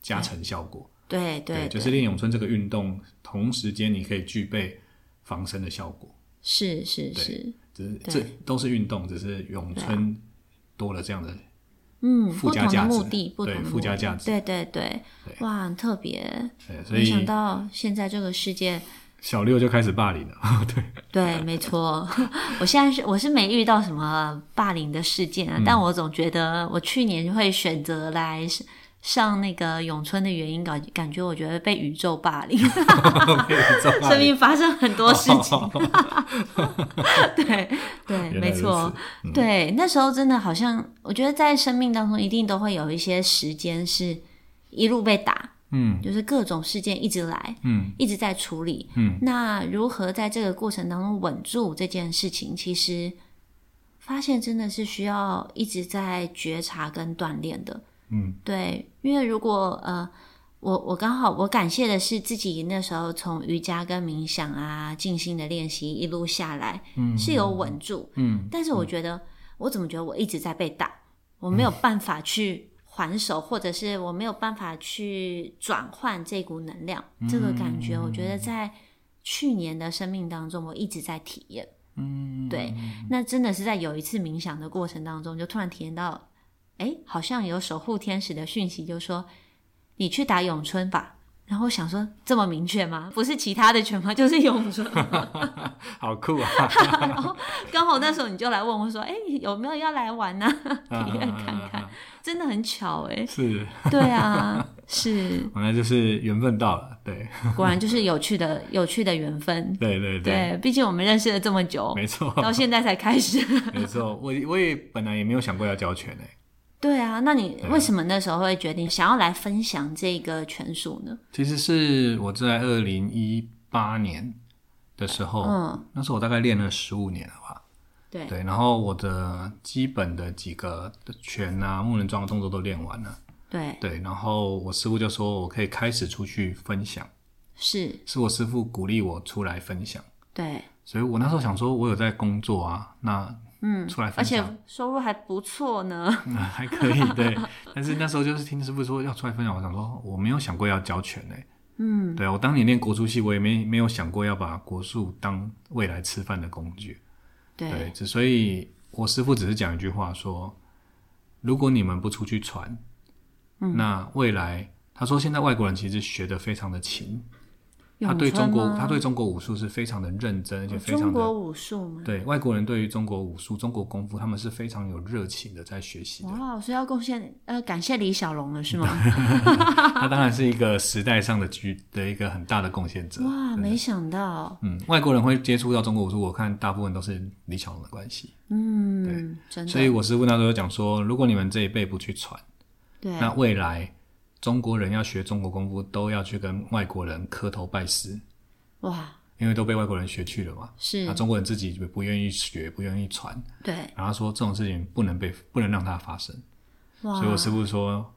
加成效果。
对对，
就是练咏春这个运动，同时间你可以具备防身的效果。
是是
对
是，
只是
对
这都是运动，只是咏春多了这样的
嗯，
附
不
加
同
价
的
值
目的，不
对
同的
附
目
加
的
价值
对对对
对，
哇，很特别，
对，所
没想
以
到现在这个世界。
小六就开始霸凌了。 对，
对，没错， 我现在是我是没遇到什么霸凌的事件
嗯
啊，但我总觉得我去年会选择来上上那个咏春的原因，感感觉我觉得被宇宙霸凌，
被宇 宙霸凌哦
身边发生很多事情， 对对，
原来
没
如
错，对，那时候真的好像，我觉得在生命当中一定都会有一些时间是一路被打，
嗯
就是各种事件一直来，
嗯，
一直在处理。
嗯，
那如何在这个过程当中稳住这件事情，其实发现真的是需要一直在觉察跟锻炼的。
嗯，
对，因为如果呃，我我刚好我感谢的是自己那时候从瑜伽跟冥想啊、静心的练习一路下来，嗯，是有稳住，
嗯，嗯
但是我觉得、我怎么觉得我一直在被打，我没有办法去还手，或者是我没有办法去转换这股能量，这个感觉，我
嗯
觉得在去年的生命当中，我一直在体验。
嗯，
对，那真的是在有一次冥想的过程当中，就突然体验到，哎，好像有守护天使的讯息，就说你去打咏春吧。然后我想说，这么明确吗？不是其他的拳吗？就是咏春。
好酷啊！
刚好那时候你就来问我说，哎，有没有要来玩呢、体验看看，
啊
真的很巧哎、
是，
对啊， 是，
本来就是缘分到了，对，
果然就是有趣的有趣的缘分。
对对，
对，毕竟我们认识了这么久，
没错，
到现在才开 始。
没错，我我也本来也没有想过要交欸拳诶。
对啊，那你
对啊
为什么那时候会决定想要来分享这个拳术呢？
其实是我在二零一八年的时候，
嗯，
哦那时候我大概练了十五年了吧，
对
对，然后我的基本的几个拳啊、木人桩的动作都练完了，
对，
对，然后我师傅就说我可以开始出去分享，
是，
是我师傅鼓励我出来分享，
对，
所以我那时候想说，我有在工作啊，那嗯，出来
而
分
且
享、
收入还不错呢。
嗯、 还可以，对。但是那时候就是听师傅说要出来分享，我想说我没有想过要教拳诶、嗯，对我当年练国术系，我也没没有想过要把国术当未来吃饭的工具。对，
对，
只所以我师傅只是讲一句话说，如果你们不出去传，
嗯
那未来他说现在外国人其实学的非常的勤，他
咏
对
春
中国
吗哦
他对中国武术是非常的认真，而且非
中
常
国
的。
武术吗？
对外国人对于中国武术、中国功夫，他们是非常有热情的在学 习的。
哇，所以要贡献呃，感谢李小龙了是 吗？啊
他当然是一个时代上的居的一个很大的贡献者。
哇，没想到，
嗯，外国人会接触到中国武术，我看大部分都是李小龙的关系。
嗯，真
所
的，
以我师傅那时候讲说，如果你们这一辈不去传，
对，
那未来中国人要学中国功夫，都要去跟外国人磕头拜师，
哇，
因为都被外国人学去了嘛。
是
那，中国人自己就不愿意学，不愿意传，
对，
然后说这种事情不能被不能让它发生。
哇
所以，我师傅说，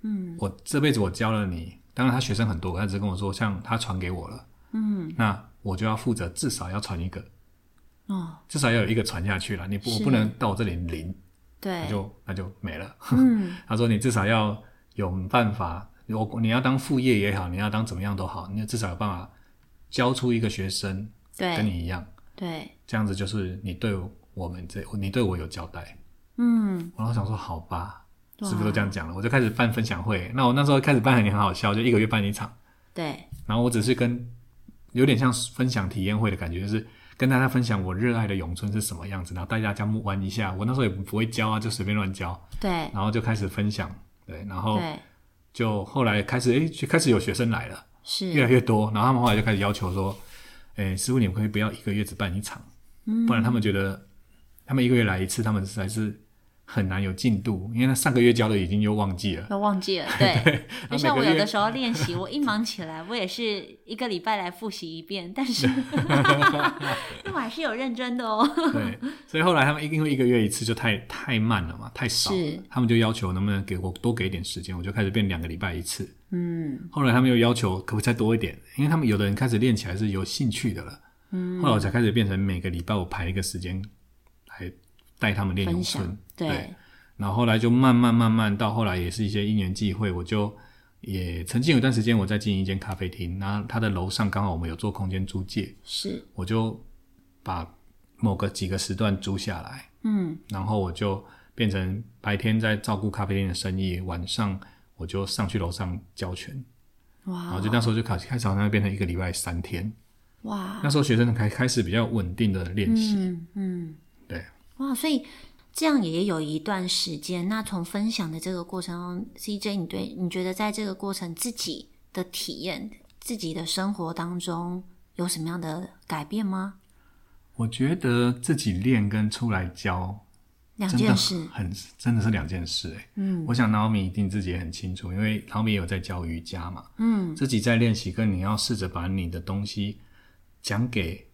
嗯，我这辈子我教了你，当然他学生很多，他只是跟我说，像他传给我了，嗯，那我就要负责至少要传一个，
哦，
至少要有一个传下去了，你不我
是
不能到我这里零，那
对，嗯
就那就没了。 他说你至少要有办法，我你要当副业也好，你要当怎么样都好，你至少有办法教出一个学生跟
对，
你一样，
对，
这样子就是你对我们这你对我有交代。
嗯，
我老想说好吧，
哇
师傅都这样讲了，我就开始办分享会。那我那时候开始办也很好笑，就一个月办一场，
对，
然后我只是跟有点像分享体验会的感觉，就是跟大家分享我热爱的咏春是什么样子，然后带大家玩一下。我那时候也不会教啊，就随便乱教，
对，
然后就开始分享。对，然后
对，
就后来开始，诶，就开始有学生来了，越
是，
来越多，然后他们后来就开始要求说，诶，师傅你们可以不要一个月只办一场，
嗯
不然他们觉得他们一个月来一次，他们实在是很难有进度，因为他上个月教的已经又忘记 了。
都忘记了，对，就像
每
我
个
有
月
的时候练习，我一忙起来，我也是一个礼拜来复习一遍，但是 那我还是有认真的哦，
对，所以后来他们因为一个月一次就太太慢了嘛，太少
是，
他们就要求能不能给我多给一点时间，我就开始变两个礼拜一次。
嗯，
后来他们又要求可不可以再多一点，因为他们有的人开始练起来是有兴趣的了。嗯，后来我才开始变成每个礼拜我排一个时间来带他们练咏
分
春
享，，
对
对，
然后后来就慢慢慢慢到后来也是一些因缘际会，我就也曾经有一段时间我在经营一间咖啡厅，那它的楼上刚好我们有做空间租借，
是，
我就把某个几个时段租下来，
嗯，
然后我就变成白天在照顾咖啡店的生意，晚上我就上去楼上教拳，然
哇
后就那时候就开开始好像变成一个礼拜三天，
哇，
那时候学生开开始比较稳定的练习，
嗯嗯，
对，
哇，所以这样也有一段时间。那从分享的这个过程中，CJ，你对你觉得在这个过程自己的体验、自己的生活当中有什么样的改变吗？
我觉得自己练跟出来教
两
真的
件事，
很真的是两件事哎、嗯，我想 Naomi 一定自己也很清楚，因为 Naomi 也有在教瑜伽嘛，嗯，自己在练习，跟你要试着把你的东西讲给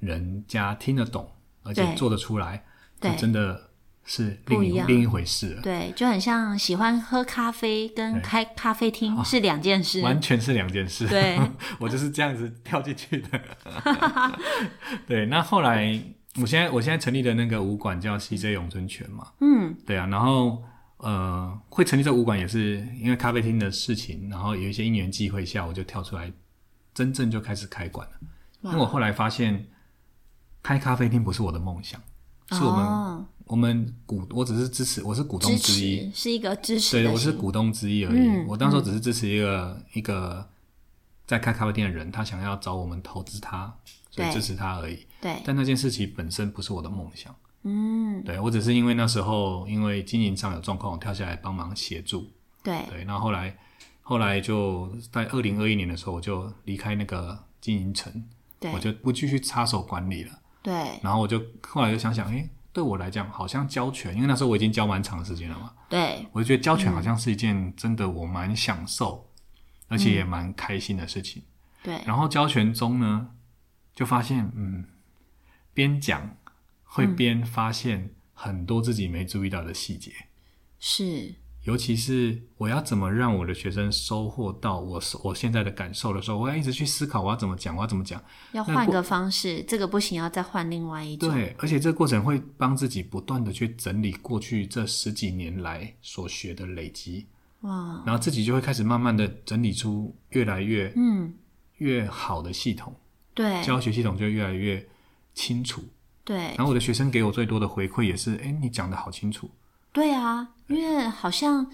人家听得懂，而且
对
做得出来，
对
就真的是
不
另
一样
另一回事了，
对，就很像喜欢喝咖啡跟
对啊
开咖啡厅是两件事。
完全是两件事。
对，
我就是这样子跳进去的。 对，那后来我现在我现在成立的那个武馆叫 CJ 咏春拳嘛，嗯，对啊，然后呃，会成立这武馆也是因为咖啡厅的事情，然后有一些因缘际会下，我就跳出来，真正就开始开馆了。因为我后来发现，开咖啡厅不是我的梦想， 是我们、
哦、
我们股，我只是支持，我是股东
支
之一，
持是一个支持
对，
的
我是
心
股东之一而已。
嗯
我当时候只是支持一个、一个在开咖啡店的人，他想要找我们投资他，所以
对
支持他而已。
对，
但那件事情本身不是我的梦想，
嗯，
对我只是因为那时候因为经营上有状况，我跳下来帮忙协助。
对，
对，那后来后来就在二零二一年的时候，我就离开那个经营层，
对
我，就不继续插手管理了。
对，
然后我就后来就想想，诶、对我来讲好像教拳，因为那时候我已经教蛮长时间了嘛。
对，
我就觉得教拳好像是一件真的我蛮享受，而且也蛮开心的事情。
对，
然后教拳中呢，就发现嗯，边讲会边发现很多自己没注意到的细节，
是
尤其是我要怎么让我的学生收获到我我现在的感受的时候，我要一直去思考我要怎么讲，我要怎么讲。
要
那
换
过
个方式，这个不行，要再换另外一种。
对，而且这个过程会帮自己不断的去整理过去这十几年来所学的累积，
哇，
然后自己就会开始慢慢的整理出越来越
嗯，
越好的系统，
对
教学系统就越来越清楚。
对
然后我的学生给我最多的回馈也是，哎，你讲的好清楚，
对啊，因为好像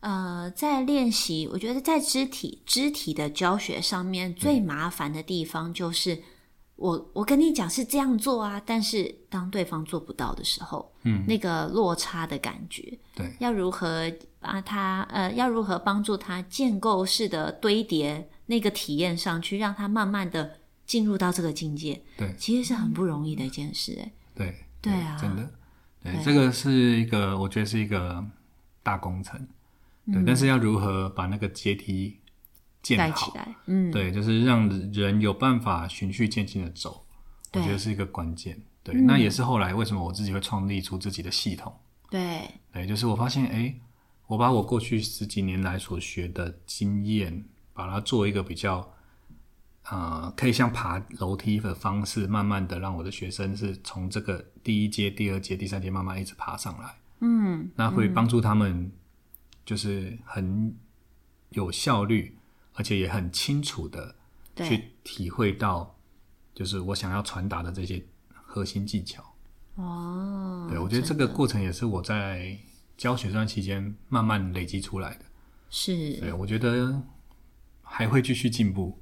呃，在练习，我觉得在肢体肢体的教学
嗯
上面最麻烦的地方就是，我我跟你讲是这样做啊，但是当对方做不到的时候，嗯，那个落差的感觉，
对，
要如何把他呃，要如何帮助他建构式的堆叠那个体验上去，让他慢慢的进入到这个境界，
对
其实是很不容易的一件事、哎，
对，
对啊
真的，对，
对
这个是一个，我觉得是一个大工程，对，但是要如何把那个阶梯
嗯带
建
起
好，
来，嗯，
对，就是让人有办法循序渐进的走，我
对嗯
觉得是一个关键，对，那也是后来为什么我自己会创立出自己的系统，
对，
对，就是我发现，哎，我把我过去十几年来所学的经验，把它做一个比较，呃，可以像爬楼梯的方式，慢慢的让我的学生是从这个第一阶、第二阶、第三阶慢慢一直爬上来，
嗯，
那会帮助他们就是很有效率，而且也很清楚的
对。
去体会到，就是我想要传达的这些核心技巧。
哦，
对，我觉得这
真
个
的
过程也是我在教学这段期间慢慢累积出来的。
是
对，我觉得还会继续进步。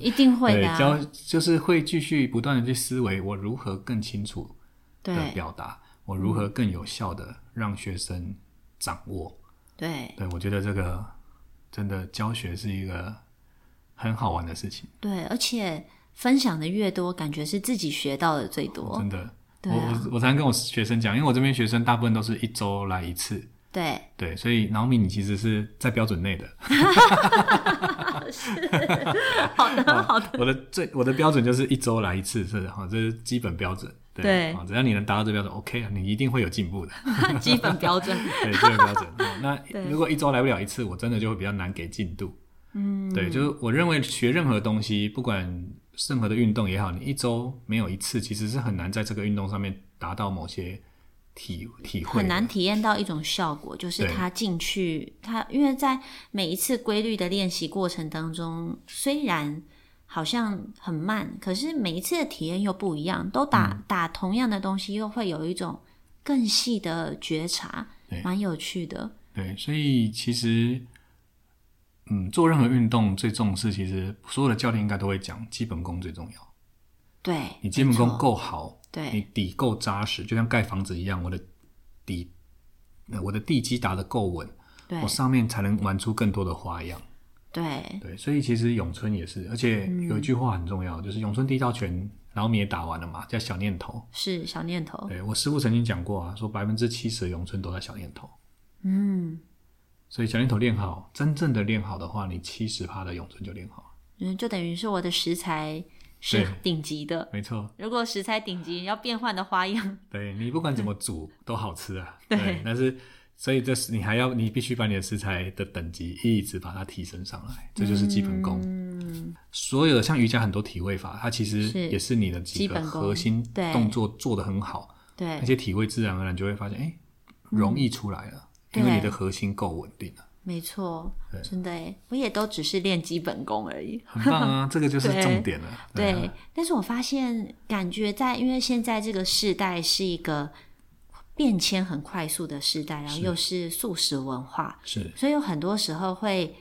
一定会
对
的、，啊
教，就是会继续不断的去思维，我如何更清楚的
对
表达，我如何更有效的让学生掌握。
对
对，我觉得这个真的教学是一个很好玩的事情，
对，而且分享的越多，感觉是自己学到的最
哦
多
真。的。我
对啊
我我常常跟我学生讲，因为我这边学生大部分都是一周来一次，
对，
对，所以脑米你其实是在标准内的，
好的，好的，
我的最我的标准就是一周来一次，是哈，这是基本标准。对，
对
啊只要你能达到这标准，OK 啊，你一定会有进步的。
基本标 准。
对，基本标准。啊
对
那如果一周来不了一次，我真的就会比较难给进度。嗯，对，就是我认为学任何东西，不管任何的运动也好，你一周没有一次，其实是很难在这个运动上面达到某些体体会的。
很难体验到一种效果，就是
啊对
他进去，他因为在每一次规律的练习过程当中，虽然好像很慢，可是每一次的体验又不一样，都打、
嗯
打同样的东西，又会有一种更细的觉察
对，
蛮有趣的。
对，所以其实，嗯，做任何运动最重视，其实所有的教练应该都会讲，基本功最重要。
对，
你基本
没
功
错
够好，你
对
底够扎实，就像盖房子一样，我的底，呃我的地基打得够稳，
对
我上面才能玩出更多的花样。
对
对，所以其实咏春也是，而且有一句话很重要，就是咏春第一道拳，然后你也打完了嘛，叫小念头。
是小念头，
对我师傅曾经讲过啊，说百分之七十的咏春都在小念头，
嗯，
所以小念头练好，真正的练好的话，你七十趴的咏春就练好了。
嗯，就等于是我的食材是
对
顶级的。
没错，
如果食材顶级，要变换的花 样，
对你不管怎么煮都好吃啊。
嗯 对
但是所以这是你还要你必须把你的食材的等级一直把它提升上来，这就是基本功。
嗯，
所有的像瑜伽很多体位法，它其实
是
也是你的几
基
个
本功
核心
对
动作做得很好，
对
那，些体位自然而然就会发现，哎，容易出来了，因为
嗯对
你的核心够稳定了。
没错
对，
真的诶，我也都只是练基本功而已。
很棒 啊，这个就是
对
重点了。
对，
啊
但是我发现，感觉在因为现在这个世代是一个变迁很快速的时代，然后
是
又是素食文化，
是
所以有很多时候会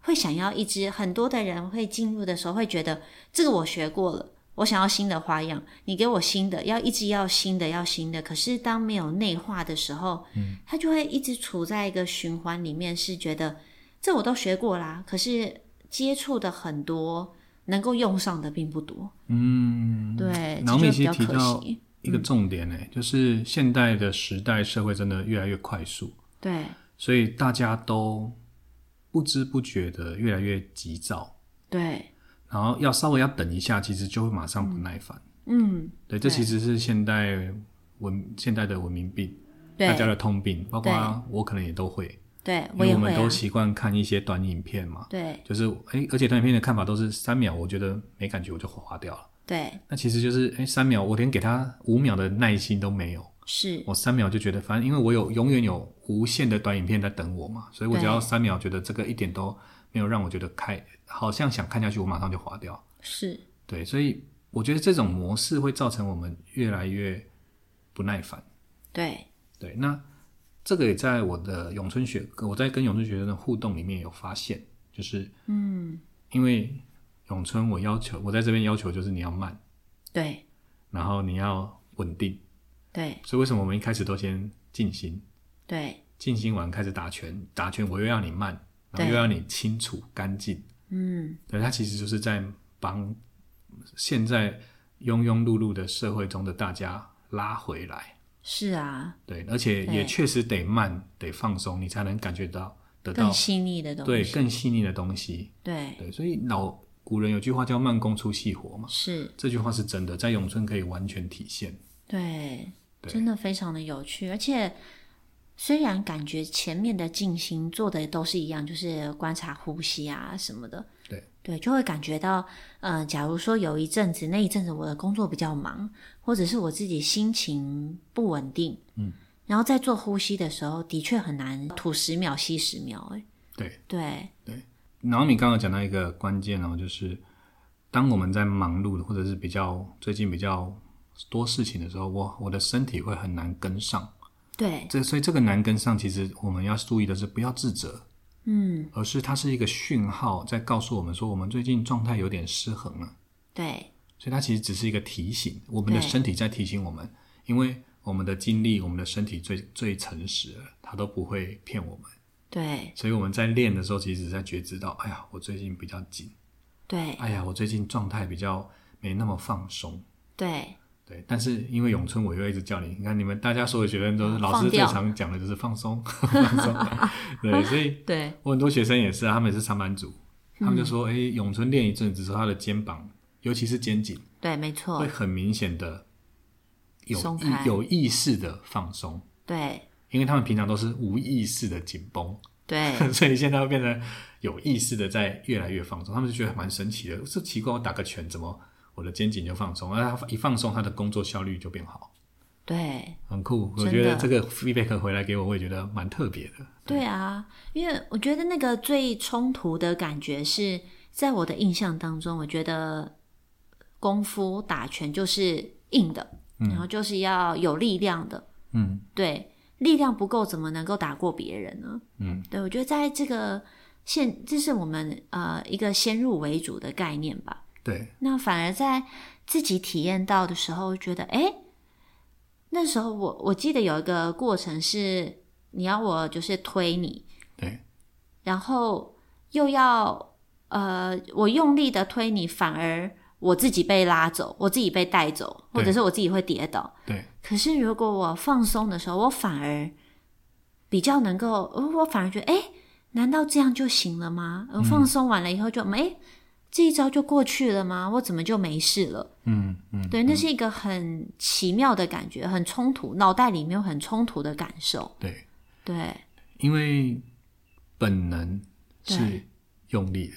会想要一直很多的人会进入的时候会觉得这个我学过了，我想要新的花样，你给我新的，要一直要新的，要新的。可是当没有内化的时候，嗯，他就会一直处在一个循环里面，是觉得这我都学过啦，可是接触的很多。能够用上的并不多，
嗯，
对，
然后
这
米
就比
奇
较
提
可
到
惜。
一个重点
嗯
呢、就是现代的时代社会真的越来越快速，
对
所以大家都不知不觉的越来越急躁，
对
然后要稍微要等一下，其实就会马上不耐烦。
嗯，
对，这
对
其实是现代文现代的文明病，大家
对
的通病，包
对
括我可能也都会，
对，
因为
也
我
会
们
啊
都，习惯看一些短影片嘛，
对
就是哎，而且短影片的看法都是三秒，我觉得没感觉我就划掉了。
对
那其实就是哎，三秒我连给他五秒的耐心都没有，
是，
我三秒就觉得反正因为我有永远有无限的短影片在等我嘛，所以我只
对
要三秒觉得这个一点都没有让我觉得开，好像想看下去，我马上就划掉。
是，
对，所以我觉得这种模式会造成我们越来越不耐烦。
对
对，那这个也在我的咏春学，我在跟咏春学生的互动里面有发现，就是嗯，因为咏春我要求，我在这边要求就是你要慢，
对
然后你要稳定，
对
所以为什么我们一开始都先静心，
对，
静心完开始打拳，打拳我又要你慢，然后又
对
要你清楚干净，
嗯，
对，它其实就是在帮现在庸庸碌碌的社会中的大家拉回来。
是啊，
对，而且
对
也确实得慢，得放松，你才能感觉到得到
更细腻的东
对
西，
更细腻的东西。
对
对，所以老古人有句话叫“慢工出细活”嘛，
是，
这句话是真的，在咏春可以完全体现。
对，
对
真的非常的有趣，而且虽然感觉前面的静心做的都是一样，就是观察呼吸啊什么的，
对
对，就会感觉到，呃，假如说有一阵子，那一阵子我的工作比较忙，或者是我自己心情不稳定，嗯，然后在做呼吸的时候，的确很难吐十秒吸十秒，哎，
对，
对
然后你刚刚讲到一个关键哦，就是当我们在忙碌或者是比较最近比较多事情的时候，我我的身体会很难跟上。
对
这所以这个难跟上，其实我们要注意的是不要自责，嗯，而是它是一个讯号在告诉我们说，我们最近状态有点失衡了。
对
所以它其实只是一个提醒，我们的
对
身体在提醒我们，因为我们的精力、我们的身体最最诚实了，它都不会骗我们。
对
所以我们在练的时候，其实在觉知到，哎呀，我最近比较紧，
对
哎呀，我最近状态比较没那么放松。
对
对，但是因为咏春，我又一直叫你，你看你们大家所有学生都是老师
放
最
掉
常讲的就是放松， 放松。对，所以
对
我很多学生也是啊，他们也是上班族，他们就说，哎、咏春练一阵子之后，他的肩膀，尤其是肩颈，
对，没错
会，很明显的有
松
意
开
有意识的放松，
对
因为他们平常都是无意识的紧绷，
对
所以现在会变得有意识的在越来越放松。他们就觉得蛮神奇的，这奇怪，我打个拳怎么我的肩颈就放松？那他一放松，他的工作效率就变好，
对。
很酷。
真
我
的
觉得这个 feedback 回来给我，我也觉得蛮特别的。
对啊，因为我觉得那个最冲突的感觉是在我的印象当中，我觉得功夫打拳就是硬的，然后就是要有力量的，
嗯，
对，力量不够怎么能够打过别人呢？
嗯，
对，我觉得在这个现，这是我们呃一个先入为主的概念吧，
对
那反而在自己体验到的时候，觉得哎，诶那时候我我记得有一个过程是，你要我就是推你，
对
然后又要呃，我用力的推你，反而我自己被拉走，我自己被带走，
对
或者是我自己会跌倒。
对
可是如果我放松的时候，我反而比较能够，呃我反而觉得哎，诶难道这样就行了吗？呃放松完了以后就哎。诶这一招就过去了吗？我怎么就没事了？
嗯嗯，
对，那是一个很奇妙的感觉，很冲突，脑袋里面有很冲突的感受。
对，
对，
因为本能是
对
用力的。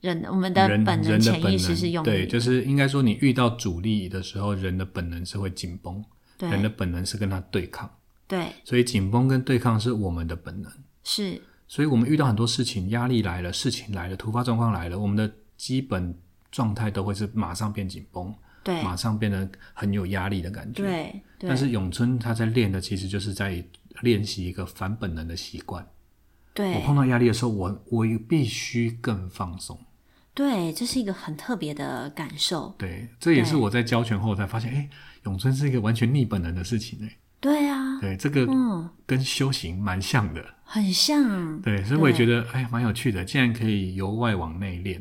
人我们的
人
本能、
人的
潜
本
意
能
识是用力
对，
的
就是应该说你遇到阻力的时候，人的本能是会紧绷，人的
对
本能是跟它对抗，
对
所以紧绷跟对抗是我们的本能。
是，
所以我们遇到很多事情，压力来了，事情来了，突发状况来了，我们的基本状态都会是马上变紧绷，
对
马上变得很有压力的感觉。
对
但
对
是咏春他在练的其实就是在练习一个反本能的习惯。我
对
碰到压力的时候，我我必须更放松。
对，这是一个很特别的感受。
对，这也是
对
我在教拳后才发现，哎，咏春是一个完全逆本能的事情哎。
对啊，
对，这个
嗯，
跟修行蛮像的。
很像，
对，所以我也
对
觉得，哎，蛮有趣的，竟然可以由外往内练，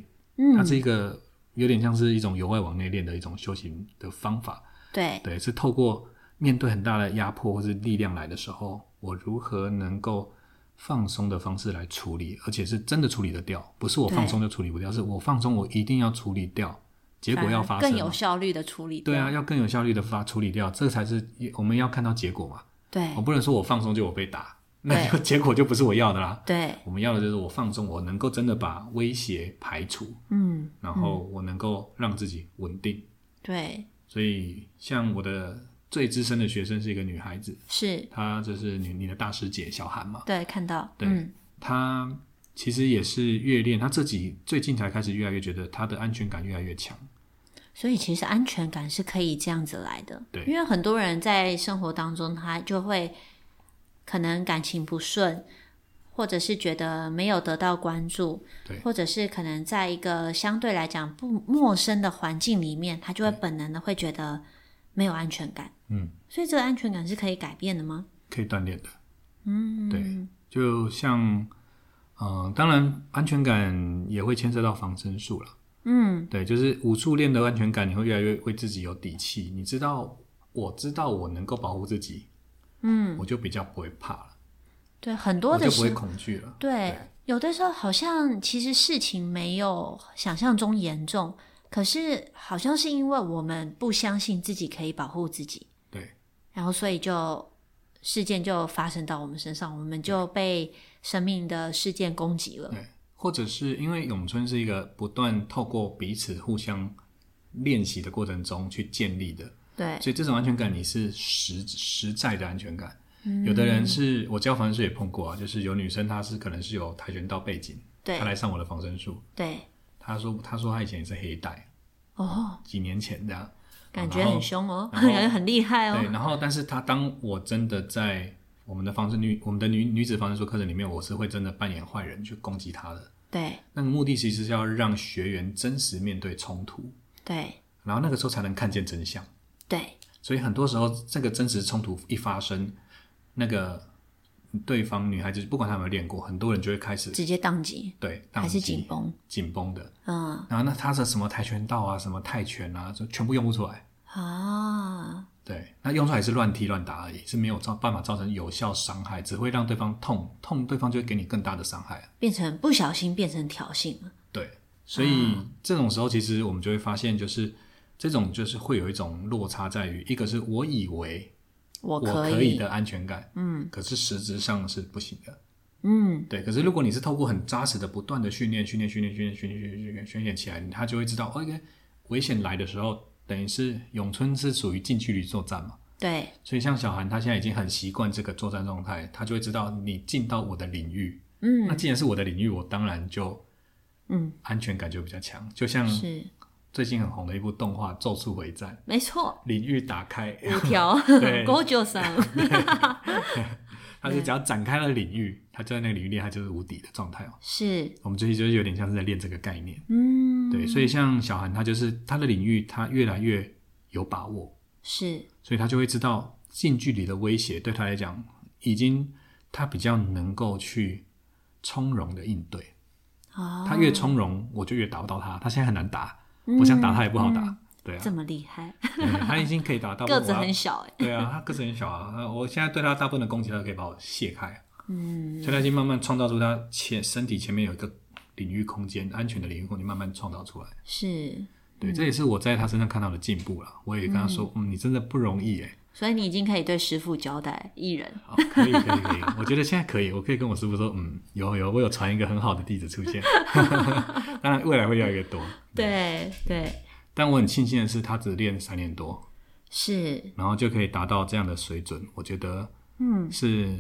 它
嗯，
是一个有点像是一种由外往内练的一种修行的方法。
对
对，是透过面对很大的压迫或是力量来的时候，我如何能够放松的方式来处理，而且是真的处理得掉，不是我
对
放松就处理不掉，是我放松我一定要处理掉结果要发生
更
嘛，
有效率的处理掉。
对啊，要更有效率的发处理掉，这才是我们要看到结果嘛。
对
我不能说我放松就我被打，那
对
就结果就不是我要的啦。
对，
我们要的就是我放松，我能够真的把威胁排除，
嗯，
然后我能够让自己稳定。
对，
所以，像我的最资深的学生是一个女孩子，
是，
她就是你你的大师姐小韩嘛，
对，看到，
对
嗯，
她其实也是越练，她自己最近才开始越来越觉得她的安全感越来越强。
所以其实安全感是可以这样子来的，
对
因为很多人在生活当中，他就会可能感情不顺，或者是觉得没有得到关注，
对
或者是可能在一个相对来讲不陌生的环境里面，他就会本能的会觉得没有安全感，
嗯，
所以这个安全感是可以改变的吗？
可以锻炼的。嗯，对，就像，嗯、当然安全感也会牵涉到防身术了。嗯，对，就是武术练的安全感，你会越来越为自己有底气。你知道，我知道我能够保护自己，嗯，我就比较不会怕了，
对，很
我
多
就
的
不
时
会恐惧了。
对
对，
有的时候好像其实事情没有想象中严重，可是好像是因为我们不相信自己可以保护自己，
对，
然后所以就事件就发生到我们身上，我们就被生命的事件攻击了。
对，或者是因为咏春是一个不断透过彼此互相练习的过程中去建立的，
对，
所以这种安全感你是实实在的安全感。
嗯
有的人是我教防身术也碰过啊，就是有女生她是可能是有跆拳道背景，她
对，
来上我的防身术，
对，
她说她说她以前也是黑带，
哦，
几年前这样，
感
然
觉
后
很凶哦，
然后
感觉很厉害
对，
哦。
然后但是她当我真的在我们的防身女我们的女女子防身术课程里面，我是会真的扮演坏人去攻击她的，
对，
那个目的其实是要让学员真实面对冲突，
对，
然后那个时候才能看见真相。
对，
所以很多时候，这个真实冲突一发生，那个对方女孩子不管她有没有练过，很多人就会开始
直接宕机，
对
还是
宕机
紧绷，
紧绷的。
嗯
然后那她的什么跆拳道啊，什么泰拳啊，就全部用不出来。
啊，
对，那用出来是乱踢乱打而已，是没有造办法造成有效伤害，只会让对方痛，痛对方就会给你更大的伤害。
变成不小心变成挑衅了。
对，所以这种时候，其实我们就会发现，就是这种就是会有一种落差，在于一个是我以为
我
我可以的安全感，嗯，可是实质上是不行的，嗯，对。可是如果你是透过很扎实的不断的训练、训练、训练、训练、训练、训练、训练、训练起来，他就会知道，哦，一个危险来的时候，等于是咏春是属于近距离作战嘛。
对
所以像小韩，他现在已经很习惯这个作战状态，他就会知道你进到我的领域，嗯，那既然是我的领域，我当然就，
嗯，
安全感就比较强。就像
是
最近很红的一部动画《咒术回战
没 错，》，
领域打开，
五条
对
狗九三，
他是只要展开了领域，他就在那个领域练，他就是无敌的状态哦。
是
我们最近就是有点像是在练这个概念，嗯，对，所以像小韩，他就是他的领域，他越来越有把握，
是，
所以他就会知道近距离的威胁对他来讲，已经他比较能够去从容的应对。
哦
他越从容，我就越打不到他。他现在很难打，
嗯
我想打他也不好打。对啊
这，么厉害，
对他已经可以打到
个子很
小。
小哎，
对啊，他个子很小啊。那我现在对他大部分的攻击，他都可以把我卸开。嗯，所以他已经慢慢创造出他前身体前面有一个领域空间，安全的领域空间，慢慢创造出来。
是，
对，这也是我在他身上看到的进步了。我也跟他说，嗯嗯，你真的不容易哎、
所以你已经可以对师傅交代艺人，
好，可以可以可以，我觉得现在可以，我可以跟我师傅说，嗯，有有，我有传一个很好的弟子出 现，当然未来会越来越多。
对对
但我很庆幸的是，他只练三年多，
是，
然后就可以达到这样的水准，我觉得，嗯，是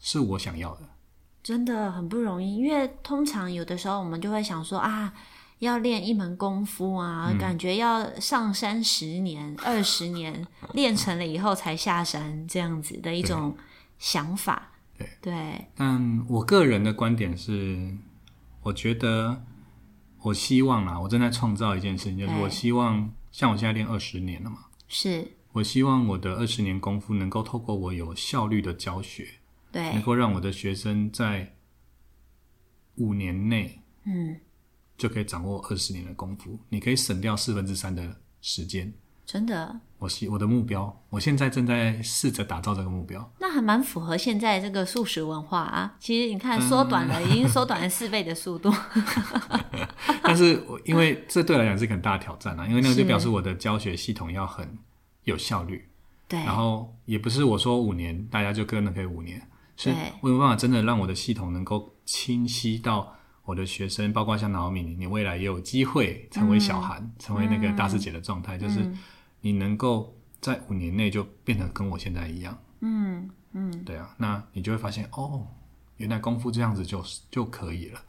是我想要的。
真的很不容易，因为通常有的时候我们就会想说啊。要练一门功夫啊，
嗯
感觉要上山 十年、二十年，练成了以后才下山，这样子的一种想法。
对
对，
但我个人的观点是，我觉得我希望啦，我正在创造一件事情，就是
对
我希望，像我现在练二十年了嘛，
是，
我希望我的二十年功夫能够透过我有效率的教学，能
对，
够让我的学生在五年内
嗯，
就可以掌握二十年的功夫，你可以省掉四分之三的时间。
真的，
我希我的目标，我现在正在试着打造这个目标。
那还蛮符合现在这个素
嗯
食文化啊。其实你看，缩短了，已经缩短了四倍的速度。
但是我因为这对我来讲是一个很大的挑战啊，因为那个
是
就表示我的教学系统要很有效率，
对，
然后也不是我说五年大家就跟了可以五年，是
对
我有没有办法真的让我的系统能够清晰到我的学生，包括像老米，你未来也有机会成为小
嗯
韩，成为那个大师姐的状态，就是你能够在五年内就变得跟我现在一样，
嗯嗯，
对啊，那你就会发现哦，原来功夫这样子就就可以了。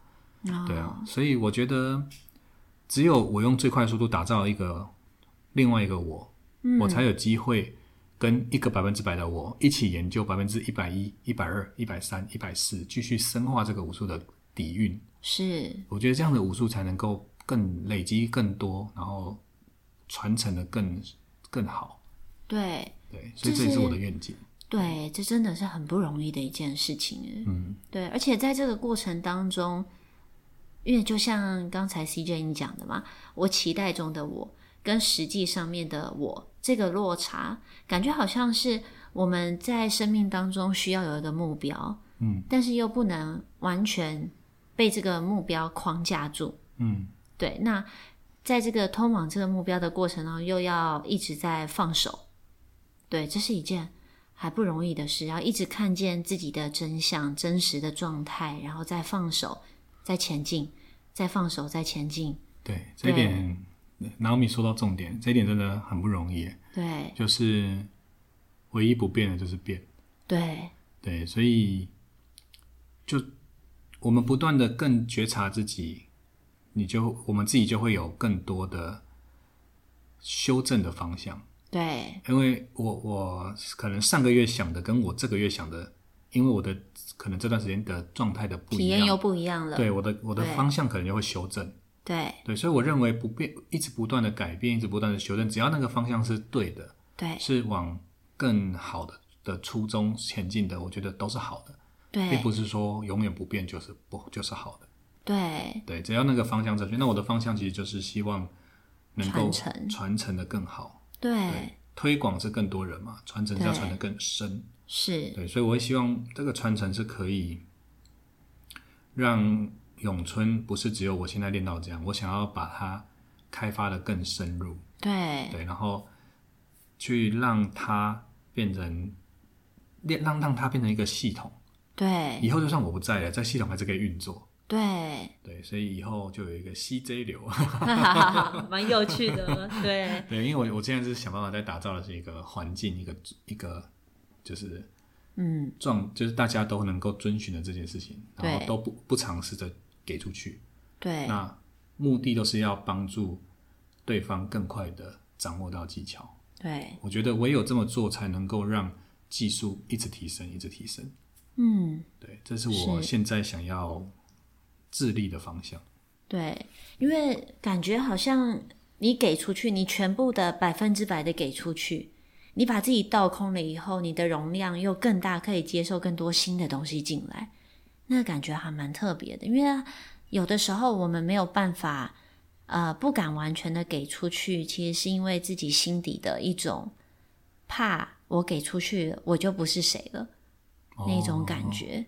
哦
对啊，所以我觉得，只有我用最快速度打造一个另外一个我，我才有机会跟一个百分之百的我一起研究百分之一百一、一百二、一百三、一百四，继续深化这个武术的底蕴。
是，
我觉得这样的武术才能够更累积更多，然后传承的更更好。
对
对，所以
就
这也是
是
我的愿景。
对，这真的是很不容易的一件事情耶。
嗯，
对，而且在这个过程当中，因为就像刚才 CJ 你讲的嘛，我期待中的我跟实际上面的我这个落差，感觉好像是我们在生命当中需要有一个目标，
嗯，
但是又不能完全被这个目标框架住，
嗯，
对，那在这个通往这个目标的过程中，又要一直在放手，对，这是一件还不容易的事，要一直看见自己的真相、真实的状态，然后再放手，再前进，再放手，再前进，
对，这一
对
点，然后米说到重点，这一点真的很不容易，
对，
就是唯一不变的就是变。
对，
对，所以就我们不断的更觉察自己，你就我们自己就会有更多的修正的方向。
对，
因为我我可能上个月想的跟我这个月想的，因为我的可能这段时间的状态的不
体
一
验又
样，
不一样了，
对我的我的
对
方向可能就会修正。
对，
对，所以我认为不变，一直不断的改变，一直不断的修正，只要那个方向是对的，
对，
是往更好的的初衷前进的，我觉得都是好的。并
对，
不是说永远不变就是不就是好的。
对，
对，只要那个方向正确，那我的方向其实就是希望能够
传承
传承的更好，
对，
推广是更多人嘛，传承是要
对
传的更深。
是，
对，所以我会希望这个传承是可以让咏春不是只有我现在练到这样，我想要把它开发的更深入。
对，
对，然后去让它变成练让让它变成一个系统，
对，
以后就算我不在了，这系统还是可以运作。
对，
对，所以以后就有一个 CJ 流。
哈哈哈，蛮有趣的，对，
对，因为我我现在是想办法在打造的是一个环境，一个一个就是
嗯，
状，就是大家都能够遵循的这件事情，然后
对哎
都不不尝试着给出去。
对，
那目的都是要帮助对方更快的掌握到技巧。
对。
我觉得唯有这么做，才能够让技术一直提升，一直提升。
嗯，
对，这是我
是
现在想要致力的方向。
对，因为感觉好像你给出去，你全部的百分之百的给出去，你把自己倒空了以后，你的容量又更大，可以接受更多新的东西进来，那感觉还蛮特别的。因为有的时候我们没有办法，呃，不敢完全的给出去，其实是因为自己心底的一种怕，我给出去我就不是谁了、
哦
那种感觉。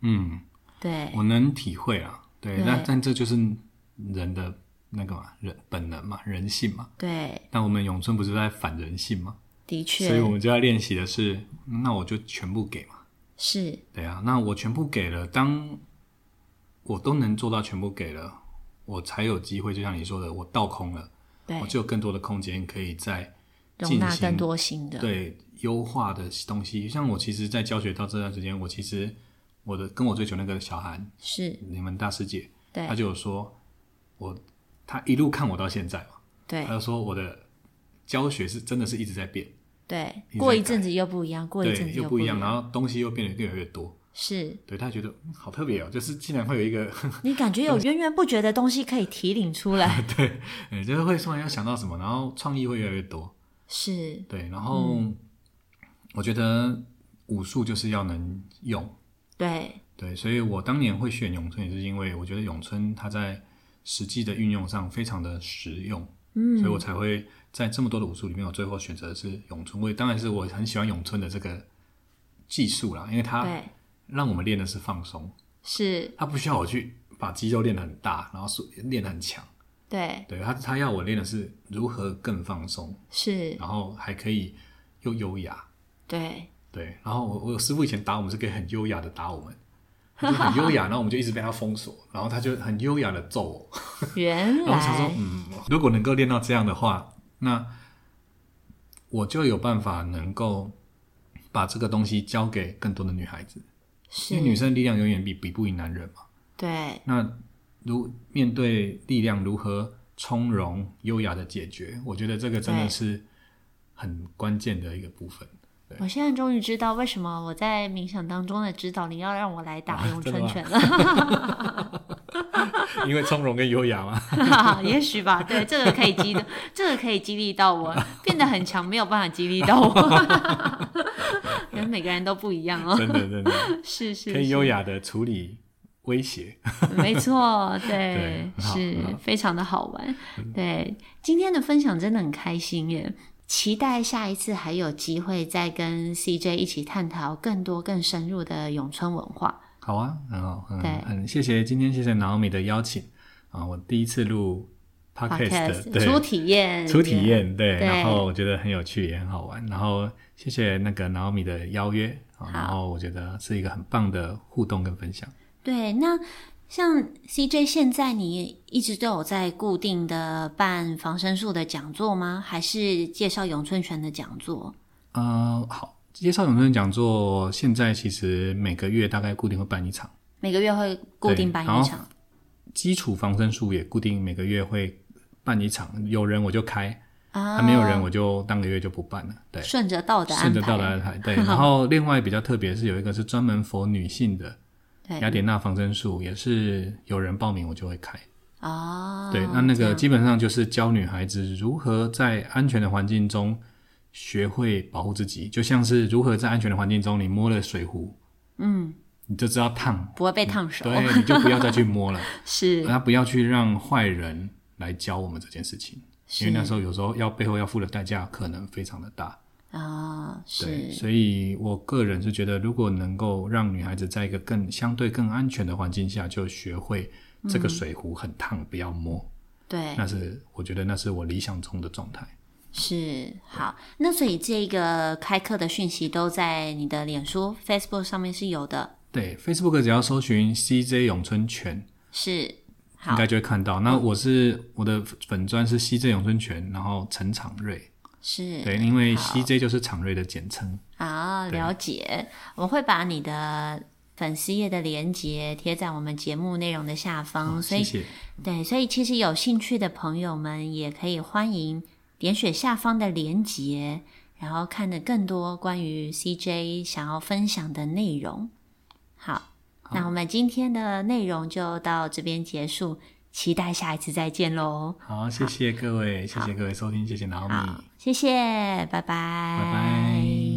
嗯，
对，
我能体会啊，对，
对
但但这就是人的那个嘛，人本能嘛，人性嘛。
对，
但我们咏春不是在反人性吗？
的
所以我
确
们就要练习的是，嗯那我就全部给嘛。
是，
对啊，那我全部给了，当我都能做到全部给了，我才有机会，就像你说的，我倒空了，
对
我，就有更多的空间可以在
容纳
进行
更多新的。
对优化的东西。像我其实，在教学到这段时间，我其实我的跟我追求那个小韩，
是
你们大师姐，
对
他就有说，我他一路看我到现在嘛，
对
他就说我的教学是真的是一直在变，
对
一，直
过
在
一阵子又不一样，过一阵
对，
子
又
不
不
一
一样，然后东西又变得越来越多，
是
对他觉得、嗯好特别哦，就是竟然会有一个，
你感觉有源源不绝的东西可以提领出 来，
呃就是会突然要想到什么，然后创意会越来越多，
是
对，然后、我觉得武术就是要能用，
对
对，所以我当年会选咏春，也是因为我觉得咏春它在实际的运用上非常的实用，嗯，所以我才会在这么多的武术里面，我最后选择的是咏春。我也当然是我很喜欢咏春的这个技术啦，因为它
对
让我们练的是放松，
是
它不需要我去把肌肉练得很大，然后速练得很强。
对，
对他，他要我练的是如何更放松，
是，
然后还可以又优雅。
对，
对，然后我我师傅以前打我们是可以很优雅的打我们，他就很优 雅，然后我们就一直被他封锁，然后他就很优雅的揍我。
原
然后我想说
来，，
嗯，如果能够练到这样的话，那我就有办法能够把这个东西交给更多的女孩子，因
是
为女生力量永远比比不赢男人嘛。
对，
那如面对力量如何从容优雅的解决，我觉得这个真
对
的是很关键的一个部 分。
我现在终于知道为什么我在冥想当中的指导灵要让我来打咏
啊真的
春
吗
拳了。
因为从容跟优 雅嘛，
哈哈，也许吧，对，这个可以激， 这个可以激励到我，变得很强，没有办法激励到我。 人每个人都不一样哦，
真的真的
是是
可以
是，
优雅的处理威胁。
没错，对，
对很好
是
很好嗯
非常的好玩。对，今天的分享真的很开心耶，期待下一次还有机会再跟 CJ 一起探讨更多更深入的咏春文化。
好啊，很好，很
对
很谢谢今天谢谢 Naomi 的邀请啊，我第一次录啊 podcast，的
Podcast 初
对，
体验，
初体验对，
对
然后我觉得很有趣也很好玩，然后谢谢那个 Naomi 的邀约啊，然后我觉得是一个很棒的互动跟分享。
对，那像 CJ 现在你一直都有在固定的办防身术的讲座吗？还是介绍咏春拳的讲座？
呃，好，介绍永春讲座现在其实每个月大概固定会办一场，
每个月会固定办
对然
一
后
场，
基础防身术也固定每个月会办一场，有人我就开，
啊
啊没有人我就当个月就不办了，对。
顺着道的安
顺着到的
排，啊
安排， 对。然后另外比较特别是有一个是专门佛女性的雅
对
典娜防身术，也是有人报名我就会开。
哦，
对，那那
这
个
样
基本上就是教女孩子如何在安全的环境中学会保护自己，就像是如何在安全的环境中，你摸了水壶，
嗯，
你就知道 烫，
不会被烫手，
对，你就不要再去 摸了，
是
那不要去让坏人来教我们这件事情，因
是
为那时候有时候要背后要付的代价可能非常的大。
啊，
对，
是
所以我个人是觉得，如果能够让女孩子在一个更相对更安全的环境下，就学会这
嗯
个水壶很烫，不要摸，
对
那是我觉得那是我理想中的状态。
是好。那所以这个开课的讯息都在你的脸书、Facebook 上面是有的，
对，Facebook 只要搜寻 CJ 咏春拳，
是
应
好
该就会看到。那我是我的粉砖是 CJ 咏春拳，然后陈长瑞，
是
对，因为
哎好
CJ 就是长瑞的简称。
好，
对
了解。我会把你的粉丝页的链接贴在我们节目内容的下方，所
谢
以
谢，
对，所以其实有兴趣的朋友们也可以欢迎点选下方的链接，然后看的更多关于 CJ 想要分享的内容。好，那我们今天的内容就到这边结束，期待下一次再见喽。
好，谢谢各位，谢谢各位收听，谢谢 Naomi。
好，谢谢，拜拜，
拜拜